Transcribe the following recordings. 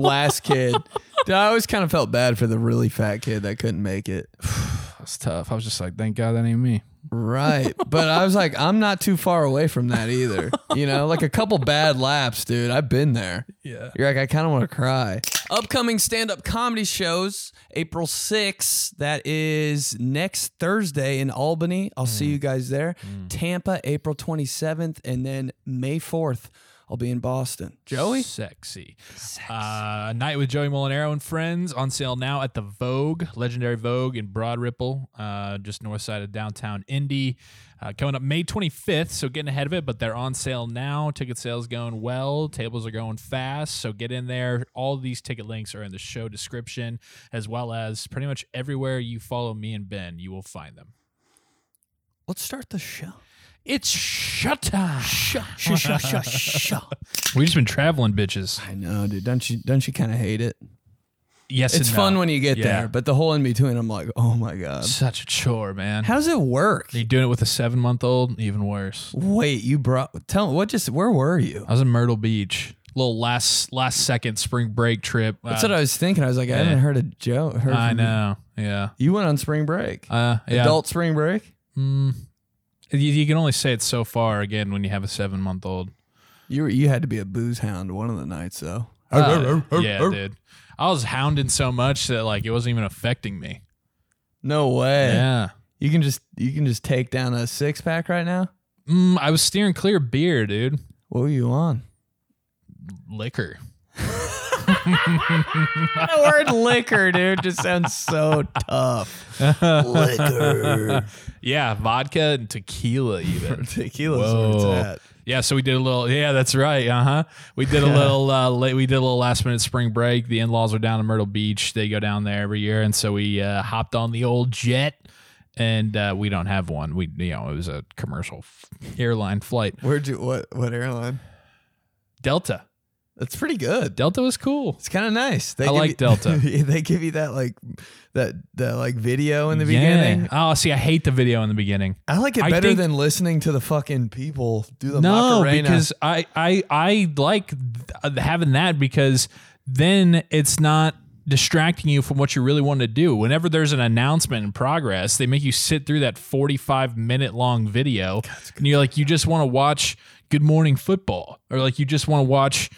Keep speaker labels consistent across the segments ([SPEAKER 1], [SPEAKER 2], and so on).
[SPEAKER 1] last kid. Dude, I always kind of felt bad for the really fat kid that couldn't make it.
[SPEAKER 2] That's tough. I was just like, thank God that ain't me.
[SPEAKER 1] Right. But I was like, I'm not too far away from that either. You know, like a couple bad laps, dude. I've been there.
[SPEAKER 2] Yeah.
[SPEAKER 1] You're like, I kind of want to cry. Upcoming stand up comedy shows, April 6th. That is next Thursday in Albany. I'll see you guys there. Tampa, April 27th. And then May 4th, I'll be in Boston. Joey?
[SPEAKER 2] Sexy. Uh, night with Joey Molinaro and friends on sale now at the Vogue, legendary Vogue in Broad Ripple, uh, just north side of downtown Indy. Uh, coming up May 25th, so getting ahead of it, but they're on sale now. Ticket sales going well, tables are going fast, so get in there. All these ticket links are in the show description, as well as pretty much everywhere you follow me and Ben, you will find them.
[SPEAKER 1] Let's start the show.
[SPEAKER 2] It's shutdown.
[SPEAKER 1] Shush, shush, shush, shush.
[SPEAKER 2] We've just been traveling, bitches.
[SPEAKER 1] I know, dude. Don't you don't you kind of hate it?
[SPEAKER 2] Yes,
[SPEAKER 1] It's fun when you get
[SPEAKER 2] Yeah.
[SPEAKER 1] there, but the whole in between, I'm like, oh my god,
[SPEAKER 2] Such a chore, man.
[SPEAKER 1] how does it work?
[SPEAKER 2] You're doing it with a seven month old, even worse.
[SPEAKER 1] Wait, you brought tell what just where were you?
[SPEAKER 2] I was in Myrtle Beach, little last last second spring break trip.
[SPEAKER 1] That's
[SPEAKER 2] Uh,
[SPEAKER 1] what I was thinking. I was like, I haven't heard a joke. Heard
[SPEAKER 2] I
[SPEAKER 1] from
[SPEAKER 2] know. Yeah.
[SPEAKER 1] You. you went on spring break,
[SPEAKER 2] Uh, yeah.
[SPEAKER 1] adult spring break.
[SPEAKER 2] Mm, you, you can only say it so far again when you have a seven month old.
[SPEAKER 1] You were, you had to be a booze hound one of the nights though. oh,
[SPEAKER 2] Uh, yeah, dude. I was hounding so much that like it wasn't even affecting me.
[SPEAKER 1] No way.
[SPEAKER 2] Yeah.
[SPEAKER 1] You can just you can just take down a six pack right now.
[SPEAKER 2] Mm, I was steering clear of beer, dude.
[SPEAKER 1] What were you on?
[SPEAKER 2] Liquor.
[SPEAKER 1] the word liquor, dude, just sounds so tough. Liquor.
[SPEAKER 2] Yeah, vodka and tequila even.
[SPEAKER 1] Tequila's
[SPEAKER 2] Whoa.
[SPEAKER 1] where it's at.
[SPEAKER 2] Yeah, so we did a little. Yeah, that's right. Uh huh. We did a little. Uh, late, we did a little last minute spring break. The in laws are down in Myrtle Beach. They go down there every year, and so we uh, hopped on the old jet. And uh, we don't have one. We, you know, it was a commercial f- airline flight.
[SPEAKER 1] Where'd you what what airline?
[SPEAKER 2] Delta.
[SPEAKER 1] That's pretty good.
[SPEAKER 2] Delta was cool.
[SPEAKER 1] It's kind of nice. They
[SPEAKER 2] I
[SPEAKER 1] give
[SPEAKER 2] like
[SPEAKER 1] you-
[SPEAKER 2] Delta.
[SPEAKER 1] they give you that like that that like video in the
[SPEAKER 2] Yeah.
[SPEAKER 1] beginning.
[SPEAKER 2] Oh, see, I hate the video in the beginning.
[SPEAKER 1] I like it
[SPEAKER 2] I
[SPEAKER 1] better
[SPEAKER 2] think-
[SPEAKER 1] than listening to the fucking people do the
[SPEAKER 2] no,
[SPEAKER 1] Macarena.
[SPEAKER 2] because I, I, I like th- having that because then it's not distracting you from what you really want to do. Whenever there's an announcement in progress, they make you sit through that 45 minute long video, and you're like, you just want to watch Good Morning Football, or like you just want to watch.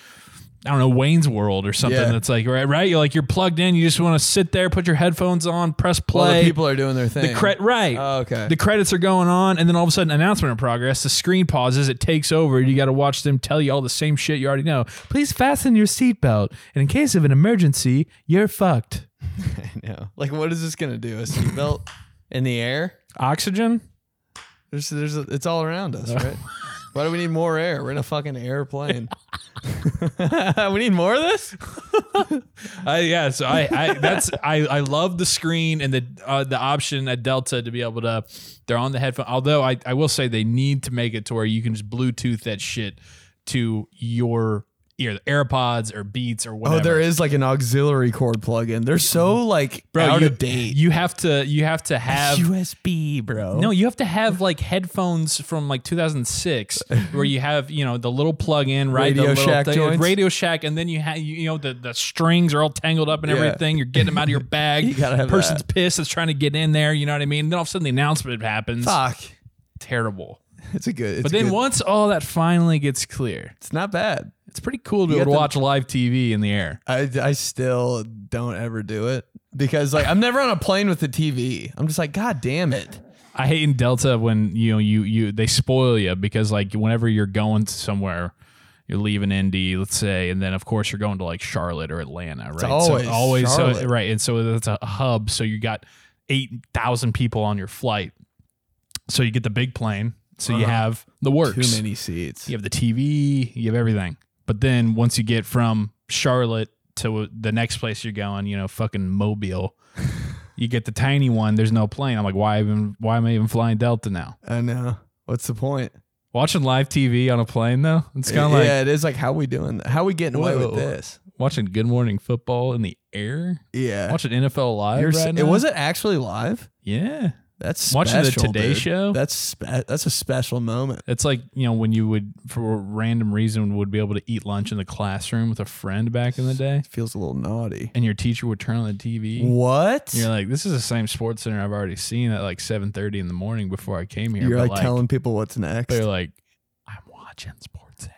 [SPEAKER 2] I don't know Wayne's World or something
[SPEAKER 1] Yeah.
[SPEAKER 2] that's like right, right. You're like you're plugged in. You just want to sit there, put your headphones on, press
[SPEAKER 1] While
[SPEAKER 2] play.
[SPEAKER 1] the people are doing their thing.
[SPEAKER 2] The cre- right.
[SPEAKER 1] Oh, okay.
[SPEAKER 2] The credits are going on, and then all of a sudden, announcement in progress. The screen pauses. It takes over. You got to watch them tell you all the same shit you already know. Please fasten your seatbelt, and in case of an emergency, you're fucked.
[SPEAKER 1] I know. Like, what is this gonna do? A seatbelt in the air?
[SPEAKER 2] Oxygen?
[SPEAKER 1] There's there's a, it's all around us, right? Why do we need more air? We're in a fucking airplane. we need more of this.
[SPEAKER 2] I yeah. So I, I that's I I love the screen and the uh, the option at Delta to be able to they're on the headphone. Although I I will say they need to make it to where you can just Bluetooth that shit to your ear, AirPods or Beats or whatever.
[SPEAKER 1] Oh, there is like an auxiliary cord plug-in. They're so like out
[SPEAKER 2] you,
[SPEAKER 1] of date.
[SPEAKER 2] You have to you have to have
[SPEAKER 1] USB, bro.
[SPEAKER 2] no, you have to have like headphones from like 2006 where you have, you know, the little plug in, right?
[SPEAKER 1] Radio
[SPEAKER 2] the little
[SPEAKER 1] Shack joints.
[SPEAKER 2] Radio Shack and then you have you, you know the, the strings are all tangled up and
[SPEAKER 1] Yeah.
[SPEAKER 2] everything. You're getting them out of your bag.
[SPEAKER 1] You gotta have
[SPEAKER 2] Person's pissed that's trying to get in there, you know what I mean? Then all of a sudden the announcement happens.
[SPEAKER 1] fuck.
[SPEAKER 2] Terrible.
[SPEAKER 1] It's a good. It's
[SPEAKER 2] But then
[SPEAKER 1] good-
[SPEAKER 2] once all that finally gets clear,
[SPEAKER 1] It's not bad.
[SPEAKER 2] it's pretty cool to be
[SPEAKER 1] You
[SPEAKER 2] able to
[SPEAKER 1] have
[SPEAKER 2] watch live TV in the air.
[SPEAKER 1] I I still don't ever do it because like I'm never on a plane with the TV. I'm just like, god damn it.
[SPEAKER 2] I hate in Delta when you know you you they spoil you because like whenever you're going to somewhere, you're leaving Indy, let's say, and then of course you're going to like Charlotte or Atlanta, right?
[SPEAKER 1] always
[SPEAKER 2] so always so,
[SPEAKER 1] Charlotte.
[SPEAKER 2] right, and so that's a hub. So you got eight thousand people on your flight, so you get the big plane. So you
[SPEAKER 1] Uh-huh.
[SPEAKER 2] have the works.
[SPEAKER 1] Too many seats.
[SPEAKER 2] You have the TV. You have everything. But then once you get from Charlotte to the next place you're going, you know, fucking Mobile, you get the tiny one. There's no plane. I'm like, why even? Why am I even flying Delta now?
[SPEAKER 1] I know. What's the point?
[SPEAKER 2] Watching live TV on a plane though, it's kind of like
[SPEAKER 1] yeah, it is like how we doing? That? How we getting away
[SPEAKER 2] Whoa.
[SPEAKER 1] with this?
[SPEAKER 2] watching Good Morning Football in the air.
[SPEAKER 1] Yeah.
[SPEAKER 2] Watching NFL live
[SPEAKER 1] You're s-
[SPEAKER 2] right
[SPEAKER 1] it
[SPEAKER 2] now.
[SPEAKER 1] was it actually live?
[SPEAKER 2] Yeah.
[SPEAKER 1] That's
[SPEAKER 2] Watching the
[SPEAKER 1] special,
[SPEAKER 2] Today
[SPEAKER 1] dude.
[SPEAKER 2] Show?
[SPEAKER 1] That's spe- that's a special moment.
[SPEAKER 2] It's like you know when you would, for a random reason, would be able to eat lunch in the classroom with a friend back in the day,
[SPEAKER 1] Feels a little naughty.
[SPEAKER 2] and your teacher would turn on the TV. and
[SPEAKER 1] What?
[SPEAKER 2] You're like, this is the same Sports Center I've already seen at like 7:30 in the morning before I came here.
[SPEAKER 1] You're
[SPEAKER 2] but,
[SPEAKER 1] like, telling people what's next.
[SPEAKER 2] they're like, I'm watching Sports Center.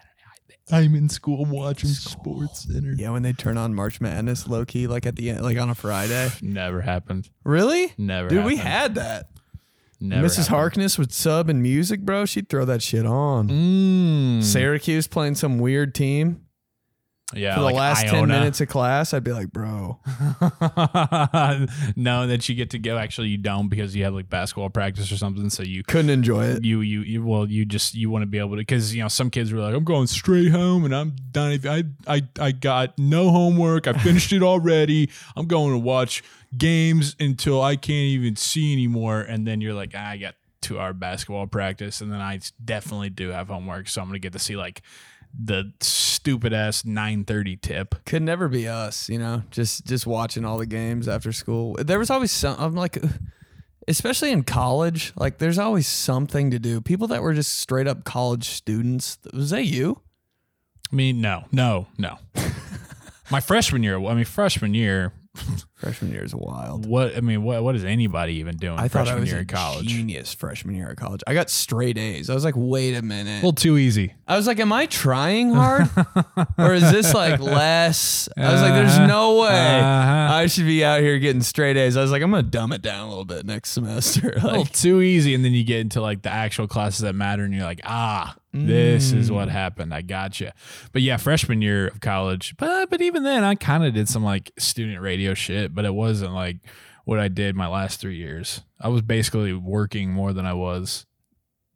[SPEAKER 2] I'm in school watching Sports Center.
[SPEAKER 1] Yeah, when they turn on March Madness, low key, like at the end, like on a Friday.
[SPEAKER 2] Never happened.
[SPEAKER 1] Really?
[SPEAKER 2] Never.
[SPEAKER 1] Dude, we
[SPEAKER 2] happened.
[SPEAKER 1] had that.
[SPEAKER 2] Never
[SPEAKER 1] Mrs.
[SPEAKER 2] happened.
[SPEAKER 1] Harkness would sub and music, bro. She'd throw that shit on.
[SPEAKER 2] Mm.
[SPEAKER 1] Syracuse playing some weird team
[SPEAKER 2] yeah,
[SPEAKER 1] for the
[SPEAKER 2] like
[SPEAKER 1] last ten
[SPEAKER 2] Iona.
[SPEAKER 1] minutes of class. I'd be like, bro,
[SPEAKER 2] no, that you get to go. Actually, you don't because you have like basketball practice or something. So you
[SPEAKER 1] couldn't enjoy it.
[SPEAKER 2] you you, you well you just you want to be able to because you know some kids were like i'm going straight home and i'm done if I, I i got no homework i finished it already i'm going to watch games until i can't even see anymore and then you're like "Ah, i got two hour basketball practice and then i definitely do have homework so i'm gonna get to see like the stupid ass 930 tip
[SPEAKER 1] Could never be us, you know. Just just watching all the games after school. There was always some. I'm like, especially in college, like there's always something to do. People that were just straight up college students. Was that you?
[SPEAKER 2] i mean no no no my freshman year i mean freshman year
[SPEAKER 1] Freshman year is wild.
[SPEAKER 2] what i mean what, what is anybody even doing
[SPEAKER 1] I thought
[SPEAKER 2] freshman
[SPEAKER 1] I was
[SPEAKER 2] year
[SPEAKER 1] a
[SPEAKER 2] in college
[SPEAKER 1] genius freshman year of college. I got straight A's. I was like, wait a minute.
[SPEAKER 2] a little too easy
[SPEAKER 1] I was like, am I trying hard? or is this like less? I was like, there's no way
[SPEAKER 2] Uh-huh.
[SPEAKER 1] I should be out here getting straight A's. I was like, I'm going to dumb it down a little bit next semester.
[SPEAKER 2] a little
[SPEAKER 1] Like,
[SPEAKER 2] too easy and then you get into like the actual classes that matter and you're like ah this is what happened i gotcha but yeah freshman year of college but, but even then i kind of did some like student radio shit but it wasn't like what i did my last three years i was basically working more than i was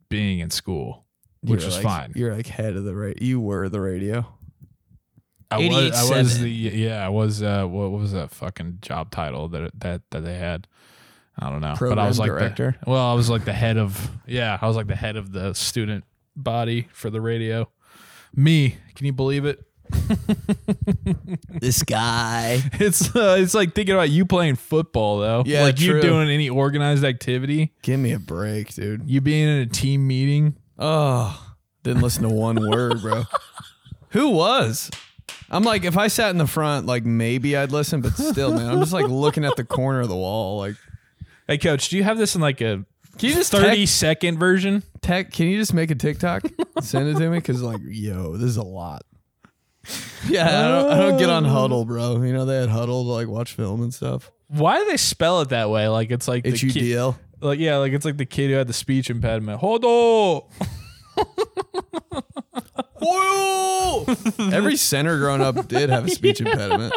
[SPEAKER 2] being in school which
[SPEAKER 1] you're
[SPEAKER 2] was
[SPEAKER 1] like-
[SPEAKER 2] fine
[SPEAKER 1] You're like head of the radio. You were the radio.
[SPEAKER 2] i was i was
[SPEAKER 1] 88.7.
[SPEAKER 2] the yeah i was uh what, what was that fucking job title that that that they had i don't know but i
[SPEAKER 1] Program
[SPEAKER 2] was like the-
[SPEAKER 1] director.
[SPEAKER 2] Well, I was like the head of yeah, I was like the head of the student body for the radio. Me, can you believe it?
[SPEAKER 1] this guy.
[SPEAKER 2] It's uh, it's like thinking about you playing football though.
[SPEAKER 1] Yeah,
[SPEAKER 2] like you
[SPEAKER 1] true.
[SPEAKER 2] doing any organized activity,
[SPEAKER 1] Give me a break, dude.
[SPEAKER 2] you being in a team meeting.
[SPEAKER 1] Oh, didn't listen to one word, bro. Who was? I'm like, if I sat in the front, like maybe I'd listen, but still, man, I'm just like looking at the corner of the wall. Like,
[SPEAKER 2] Hey, coach, do you have this in like a
[SPEAKER 1] can you just text-
[SPEAKER 2] thirty second version?
[SPEAKER 1] Tech, can you just make a TikTok? Send it to me because, like, yo, this is a lot. Yeah, I don't, I don't get on Huddle, bro. You know they had Huddle to like watch film and stuff.
[SPEAKER 2] Why do they spell it that way? Like it's like the
[SPEAKER 1] H U D
[SPEAKER 2] kid,
[SPEAKER 1] L.
[SPEAKER 2] like yeah, like it's like the kid who had the speech impediment. Hold on.
[SPEAKER 1] Every center growing up did have a speech impediment.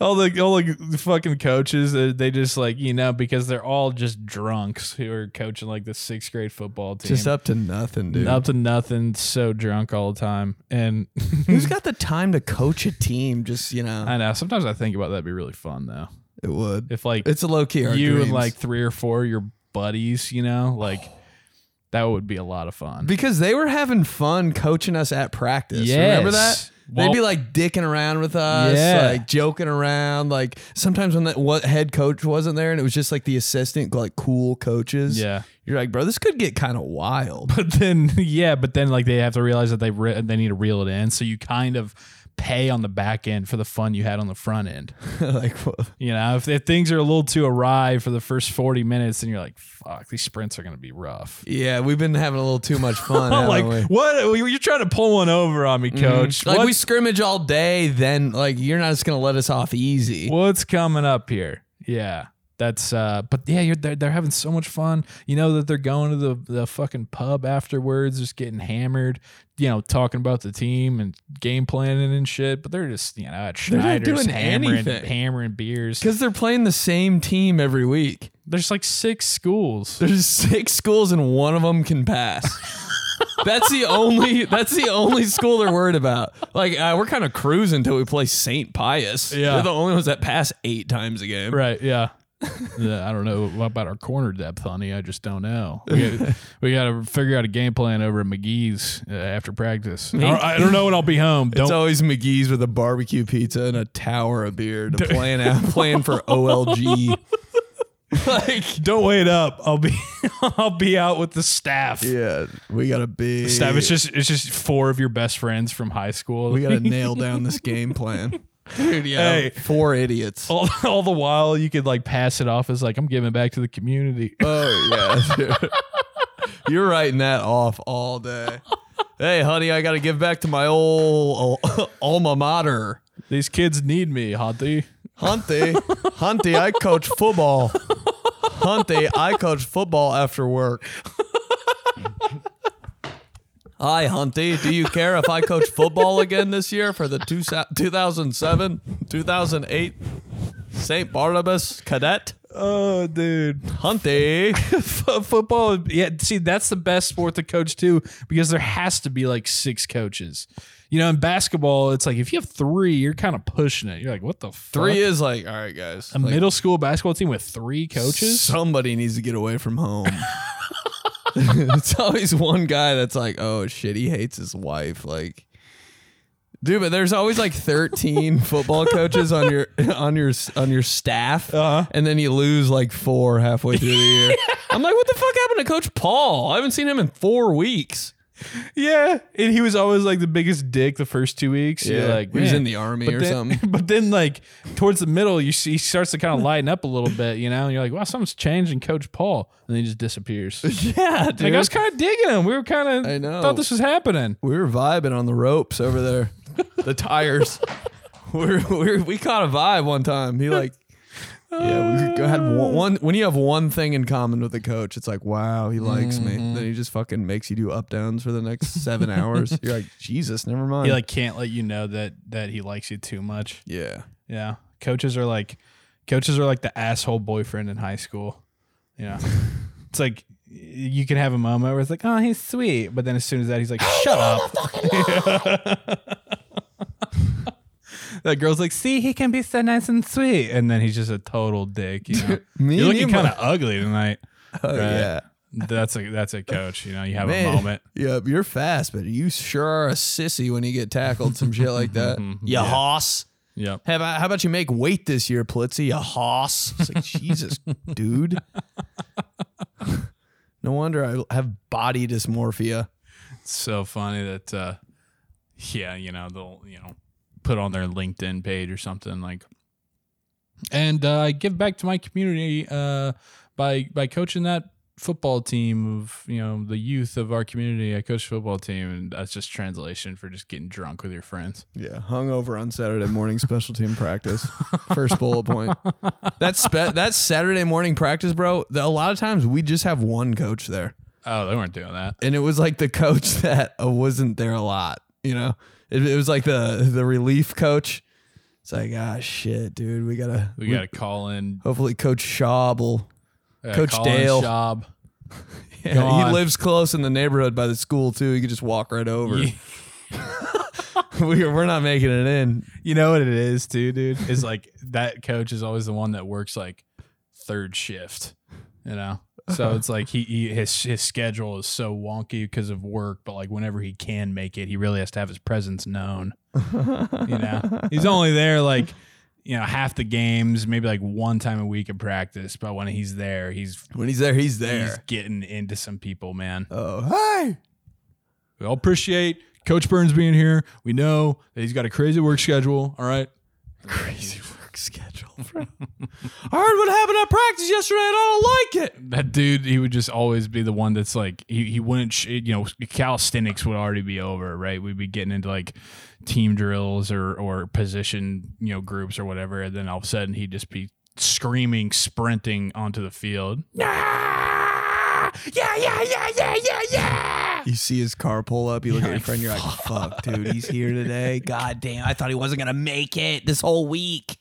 [SPEAKER 2] all the all the fucking coaches uh, they just like you know because they're all just drunks who are coaching like the sixth grade football team
[SPEAKER 1] Just up to nothing, dude.
[SPEAKER 2] Up to nothing so drunk all the time and
[SPEAKER 1] Who's got the time to coach a team? Just you know,
[SPEAKER 2] i know sometimes i think about that'd be really fun though
[SPEAKER 1] it would.
[SPEAKER 2] if like
[SPEAKER 1] It's a low key.
[SPEAKER 2] you and like three or four of your buddies you know like that would be a lot of fun
[SPEAKER 1] because they were having fun coaching us at practice. Remember that?
[SPEAKER 2] Yes.
[SPEAKER 1] They'd be
[SPEAKER 2] Well-
[SPEAKER 1] like dicking around with us,
[SPEAKER 2] Yeah.
[SPEAKER 1] like joking around. Like sometimes when that what head coach wasn't there, and it was just like the assistant, like cool coaches.
[SPEAKER 2] yeah
[SPEAKER 1] you're like, bro, this could get kind of wild.
[SPEAKER 2] but then yeah but then like they have to realize that they re- they need to reel it in so you kind of pay on the back end for the fun you had on the front end
[SPEAKER 1] like, wha-
[SPEAKER 2] You know, if, if things are a little too awry for the first 40 minutes, then you're like, fuck, these sprints are going to be rough.
[SPEAKER 1] yeah, we've been having a little too much fun. haven't
[SPEAKER 2] like,
[SPEAKER 1] we? Mm-hmm.
[SPEAKER 2] what? You're trying to pull one over on me, coach.
[SPEAKER 1] like
[SPEAKER 2] What-
[SPEAKER 1] we scrimmage all day, then like you're not just gonna let us off easy.
[SPEAKER 2] what's coming up here? Yeah. That's uh but yeah, you're they're, they're having so much fun. You know that they're going to the the fucking pub afterwards, just getting hammered, you know, talking about the team and game planning and shit, but they're just, you know, at
[SPEAKER 1] They're not
[SPEAKER 2] Schneider's
[SPEAKER 1] doing
[SPEAKER 2] hammering
[SPEAKER 1] anything.
[SPEAKER 2] hammering beers.
[SPEAKER 1] Because they're playing the same team every week.
[SPEAKER 2] There's like six schools.
[SPEAKER 1] There's six schools and one of them can pass. that's the only. That's the only school they're worried about. Like uh, we're kind of cruising until we play Saint Pius.
[SPEAKER 2] Yeah.
[SPEAKER 1] they're the only ones that pass eight times a game.
[SPEAKER 2] Right. Yeah. yeah. I don't know about our corner depth, honey. I just don't know. We got, we got to figure out a game plan over at McGee's uh, after practice. I don't, I don't know when I'll be home.
[SPEAKER 1] It's
[SPEAKER 2] Don't.
[SPEAKER 1] always McGee's with a barbecue pizza and a tower of beer to plan out, plan for OLG. like,
[SPEAKER 2] Don't wait up. I'll be I'll be out with the staff.
[SPEAKER 1] yeah, we gotta be.
[SPEAKER 2] Staff. It's just it's just four of your best friends from high school.
[SPEAKER 1] We gotta nail down this game plan. Dude, yeah,
[SPEAKER 2] Hey.
[SPEAKER 1] four idiots.
[SPEAKER 2] all, all the while you could like pass it off as like I'm giving back to the community.
[SPEAKER 1] Oh yeah, dude. you're writing that off all day. Hey, honey, I got to give back to my old alma mater,
[SPEAKER 2] These kids need me, Hadi.
[SPEAKER 1] Hunty. Hunty, I coach football. Hunty, I coach football after work. Hi, Hunty. Do you care if I coach football again this year for the two, 2007, 2008 St. Barnabas Cadet?
[SPEAKER 2] Oh, dude.
[SPEAKER 1] Hunty.
[SPEAKER 2] F- football yeah see that's the best sport to coach too because there has to be like six coaches you know in basketball it's like if you have three you're kind of pushing it you're like what the
[SPEAKER 1] Three
[SPEAKER 2] fuck?
[SPEAKER 1] is like, all right, guys.
[SPEAKER 2] a
[SPEAKER 1] Like,
[SPEAKER 2] middle school basketball team with three coaches
[SPEAKER 1] Somebody needs to get away from home. it's always one guy that's like, oh shit, he hates his wife. Like, dude, but there's always like 13 football coaches on your on your on your staff,
[SPEAKER 2] Uh-huh.
[SPEAKER 1] and then you lose like four halfway through the year. I'm like, what the fuck happened to Coach Paul? I haven't seen him in four weeks.
[SPEAKER 2] yeah and he was always like the biggest dick the first two weeks yeah you're like
[SPEAKER 1] he was
[SPEAKER 2] man.
[SPEAKER 1] in the army
[SPEAKER 2] but
[SPEAKER 1] or
[SPEAKER 2] then,
[SPEAKER 1] something.
[SPEAKER 2] but then like towards the middle you see he starts to kind of lighten up a little bit you know and you're like wow something's changed in coach paul and then he just disappears
[SPEAKER 1] Yeah, dude.
[SPEAKER 2] like i was kind of digging him we were kind
[SPEAKER 1] I
[SPEAKER 2] of
[SPEAKER 1] know.
[SPEAKER 2] thought this was happening
[SPEAKER 1] we were vibing on the ropes over there, the tires. we're, we're, we caught a vibe one time. He like, yeah, we had one, one. When you have one thing in common with the coach, it's like, wow, he likes
[SPEAKER 2] Mm-hmm.
[SPEAKER 1] me. Then he just fucking makes you do up downs for the next seven hours. You're like, Jesus, never mind.
[SPEAKER 2] He like can't let you know that that he likes you too much.
[SPEAKER 1] yeah,
[SPEAKER 2] Yeah. Coaches are like coaches are like the asshole boyfriend in high school. Yeah. it's like you can have a moment where it's like, oh, he's sweet, but then as soon as that, he's like, shut up. that girl's like, see, he can be so nice and sweet, and then he's just a total dick. You know?
[SPEAKER 1] Me
[SPEAKER 2] You're looking
[SPEAKER 1] neither.
[SPEAKER 2] kind of ugly tonight.
[SPEAKER 1] oh yeah,
[SPEAKER 2] That's a that's a coach. You know, you have a
[SPEAKER 1] Man,
[SPEAKER 2] moment.
[SPEAKER 1] Yep, you're fast, but you sure are a sissy when you get tackled, some shit like that. You
[SPEAKER 2] Mm-hmm.
[SPEAKER 1] hoss.
[SPEAKER 2] Yep.
[SPEAKER 1] How about, how about you make weight this year, Plitzy? You hoss. It's like, Jesus, dude. No wonder I have body dysmorphia.
[SPEAKER 2] so funny that uh yeah you know they'll you know put on their linkedin page or something like and uh, i give back to my community uh by by coaching that football team of you know the youth of our community i coach football team and that's just translation for just getting drunk with your friends
[SPEAKER 1] Yeah, hungover on Saturday morning special team practice. First bullet point. That's spe- that's Saturday morning practice, bro. The- a lot of times we just have one coach there,
[SPEAKER 2] oh they weren't doing that
[SPEAKER 1] and it was like the coach that uh, wasn't there a lot. You know, it, it was like the the relief coach. It's like, ah, shit, dude, we gotta.
[SPEAKER 2] we gotta call in
[SPEAKER 1] Hopefully, Coach Shaw will
[SPEAKER 2] uh,
[SPEAKER 1] Coach
[SPEAKER 2] call in
[SPEAKER 1] Dale.
[SPEAKER 2] Schaub.
[SPEAKER 1] Yeah,
[SPEAKER 2] Gone.
[SPEAKER 1] he lives close in the neighborhood by the school too. You could just walk right over.
[SPEAKER 2] Yeah.
[SPEAKER 1] we're, we're not making it in.
[SPEAKER 2] You know what it is too, dude? Is like that coach is always the one that works like third shift, you know? So it's like he, he his his schedule is so wonky because of work, but like whenever he can make it, he really has to have his presence known. You know, he's only there like you know half the games, maybe like one time a week at practice. But when he's there, he's
[SPEAKER 1] When he's there, he's
[SPEAKER 2] he's
[SPEAKER 1] there.
[SPEAKER 2] getting into some people, man.
[SPEAKER 1] oh, hey.
[SPEAKER 2] We all appreciate Coach Burns being here. We know that he's got a crazy work schedule. All right,
[SPEAKER 1] Crazy work schedule, bro. I heard what happened at practice yesterday and I don't like it.
[SPEAKER 2] that dude he would just always be the one that's like he, he wouldn't sh- you know calisthenics would already be over right we'd be getting into like team drills or or position you know groups or whatever and then all of a sudden he'd just be screaming sprinting onto the field yeah yeah yeah yeah yeah yeah
[SPEAKER 1] You see his car pull up, you look at your
[SPEAKER 2] like,
[SPEAKER 1] friend, you're like, fuck, dude, he's here today. God damn, I thought he wasn't going to make it this whole week.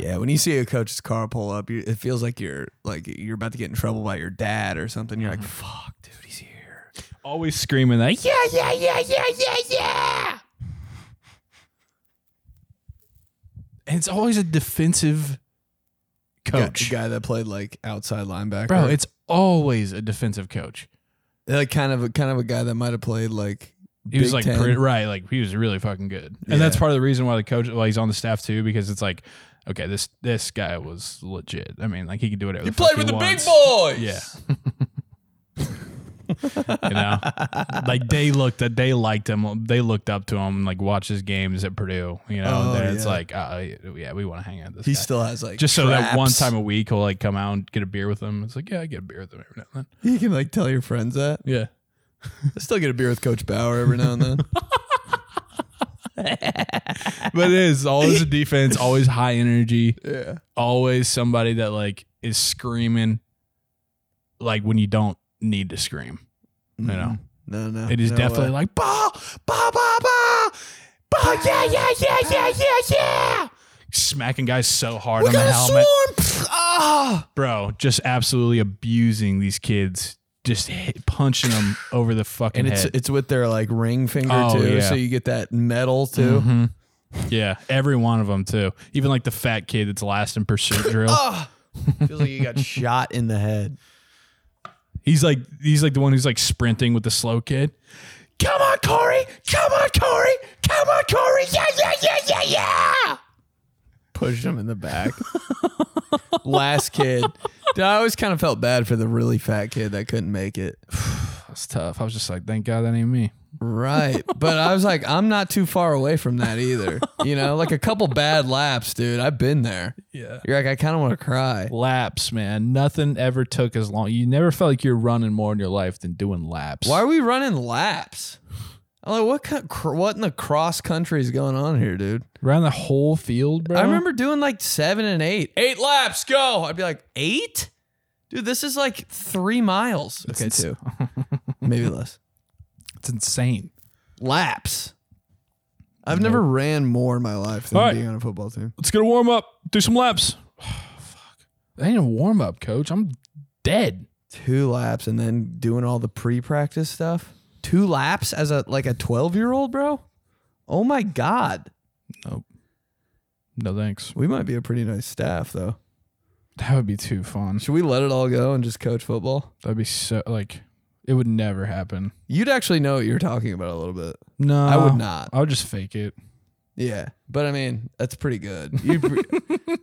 [SPEAKER 1] Yeah, when you see a coach's car pull up, you, it feels like you're like you're about to get in trouble by your dad or something. You're like,
[SPEAKER 2] Mm-hmm.
[SPEAKER 1] "Fuck, dude, he's here."
[SPEAKER 2] always screaming like yeah yeah yeah yeah yeah yeah and it's always a defensive
[SPEAKER 1] Guy-
[SPEAKER 2] coach
[SPEAKER 1] the guy that played like outside linebacker.
[SPEAKER 2] Bro, it's always a defensive coach.
[SPEAKER 1] like Uh, kind of a kind of a guy that might have played like
[SPEAKER 2] He was
[SPEAKER 1] Big
[SPEAKER 2] like
[SPEAKER 1] Ten.
[SPEAKER 2] pretty, right, like he was really fucking good, and that's
[SPEAKER 1] Yeah.
[SPEAKER 2] part of the reason why the coach, why he's on the staff too, because it's like okay, this this guy was legit. I mean, like he can do whatever.
[SPEAKER 1] You
[SPEAKER 2] the fuck
[SPEAKER 1] played
[SPEAKER 2] he
[SPEAKER 1] with the big
[SPEAKER 2] wants.
[SPEAKER 1] boys.
[SPEAKER 2] Yeah. you know, like they looked at, they liked him, they looked up to him, like watched his games at Purdue. You know,
[SPEAKER 1] Oh,
[SPEAKER 2] then it's
[SPEAKER 1] yeah.
[SPEAKER 2] like, uh, yeah, we want to hang out. with This
[SPEAKER 1] He
[SPEAKER 2] guy.
[SPEAKER 1] still has like
[SPEAKER 2] just so that one
[SPEAKER 1] traps.
[SPEAKER 2] time a week he'll like come out and get a beer with them. It's like, yeah, I get a beer with them every now and
[SPEAKER 1] you can like tell your friends that.
[SPEAKER 2] then. Yeah.
[SPEAKER 1] I still get a beer with Coach Bauer every now and then.
[SPEAKER 2] but it is always a defense, always high energy,
[SPEAKER 1] yeah.
[SPEAKER 2] always somebody that like is screaming like when you don't need to scream. You know.
[SPEAKER 1] Mm-hmm. No, no.
[SPEAKER 2] It is
[SPEAKER 1] no
[SPEAKER 2] definitely
[SPEAKER 1] way.
[SPEAKER 2] like ba ba ba ba ba yeah yeah yeah yeah yeah yeah smacking guys so hard
[SPEAKER 1] we
[SPEAKER 2] on the
[SPEAKER 1] got a
[SPEAKER 2] helmet.
[SPEAKER 1] swarm. Pfft, Ah.
[SPEAKER 2] Bro, just absolutely abusing these kids, just hit, punching them over the fucking
[SPEAKER 1] And
[SPEAKER 2] head.
[SPEAKER 1] it's it's with their like ring finger
[SPEAKER 2] Oh,
[SPEAKER 1] too,
[SPEAKER 2] yeah.
[SPEAKER 1] so you get that metal too.
[SPEAKER 2] Mhm. Yeah, every one of them too. Even like the fat kid that's last in pursuit drill.
[SPEAKER 1] Ah. Feels like you got shot in the head.
[SPEAKER 2] He's like he's like the one who's like sprinting with the slow kid. Come on, Corey! Come on, Corey! Come on, Corey! Yeah, yeah, yeah, yeah, yeah!
[SPEAKER 1] Pushed him in the back. Last kid. Dude, I always kind of felt bad for the really fat kid that couldn't make it.
[SPEAKER 2] That's tough. I was just like, thank God that ain't me.
[SPEAKER 1] Right. But I was like, I'm not too far away from that either. You know, like a couple bad laps, dude. I've been there.
[SPEAKER 2] Yeah.
[SPEAKER 1] You're like, I kind of want to cry.
[SPEAKER 2] Laps, man. Nothing ever took as long. You never felt like you're running more in your life than doing laps.
[SPEAKER 1] Why are we running laps? I'm like, what kind, cr- what in the cross country is going on here, dude?
[SPEAKER 2] Around the whole field, bro.
[SPEAKER 1] I remember doing like seven and eight, eight laps, go. I'd be like, eight, dude. This is like three miles. Okay,
[SPEAKER 2] It's-
[SPEAKER 1] two, maybe less
[SPEAKER 2] It's insane.
[SPEAKER 1] laps. I've never ran more in my life than
[SPEAKER 2] All right.
[SPEAKER 1] being on a football team.
[SPEAKER 2] Let's get a warm up. Do some laps. Fuck. I ain't a warm up, coach. I'm dead.
[SPEAKER 1] Two laps and then doing all the pre-practice stuff. Two laps as a like a twelve-year-old, bro. Oh my god,
[SPEAKER 2] No thanks.
[SPEAKER 1] we might be a pretty nice staff though.
[SPEAKER 2] That would be too fun.
[SPEAKER 1] Should we let it all go and just coach football?
[SPEAKER 2] That'd be so like it would never happen.
[SPEAKER 1] You'd actually know what you're talking about a little bit.
[SPEAKER 2] No,
[SPEAKER 1] I would not.
[SPEAKER 2] I would just fake it.
[SPEAKER 1] Yeah, but I mean, that's pretty good. You, pre-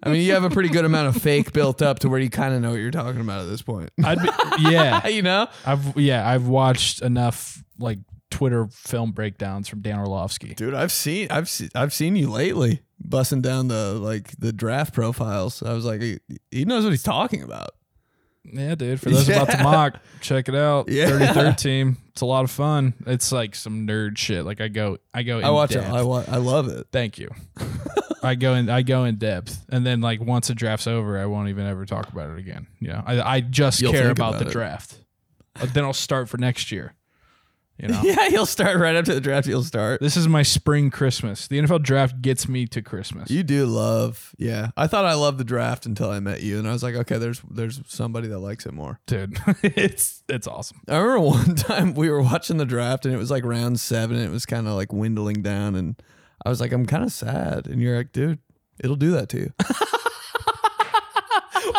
[SPEAKER 1] I mean, you have a pretty good amount of fake built up to where you kind of know what you're talking about at this point.
[SPEAKER 2] I'd be, yeah.
[SPEAKER 1] you know,
[SPEAKER 2] I've yeah, I've watched enough like Twitter film breakdowns from Dan Orlovsky.
[SPEAKER 1] dude, I've seen, I've seen, I've seen you lately busting down the like the draft profiles. I was like, he, he knows what he's talking about.
[SPEAKER 2] Yeah, dude. For those about to
[SPEAKER 1] Yeah.
[SPEAKER 2] mock, check it out.
[SPEAKER 1] Yeah.
[SPEAKER 2] 33rd team. It's a lot of fun. It's like some nerd shit. Like I go I go in
[SPEAKER 1] I watch it.
[SPEAKER 2] depth.
[SPEAKER 1] I wa- I love it.
[SPEAKER 2] Thank you. I go in I go in depth. And then like once the draft's over, I won't even ever talk about it again. You know. I, I just
[SPEAKER 1] You'll
[SPEAKER 2] care
[SPEAKER 1] think
[SPEAKER 2] about,
[SPEAKER 1] about
[SPEAKER 2] the
[SPEAKER 1] it.
[SPEAKER 2] draft. But then I'll start for next year. You know.
[SPEAKER 1] Yeah, he'll start right after the draft. He'll start.
[SPEAKER 2] This is my spring Christmas. The NFL draft gets me to Christmas.
[SPEAKER 1] You do love, yeah. I thought I loved the draft until I met you, and I was like, okay, there's there's somebody that likes it more.
[SPEAKER 2] dude. it's it's awesome.
[SPEAKER 1] I remember one time we were watching the draft and it was like round seven and it was kind of like dwindling down and I was like, I'm kind of sad. And you're like, dude, it'll do that to you.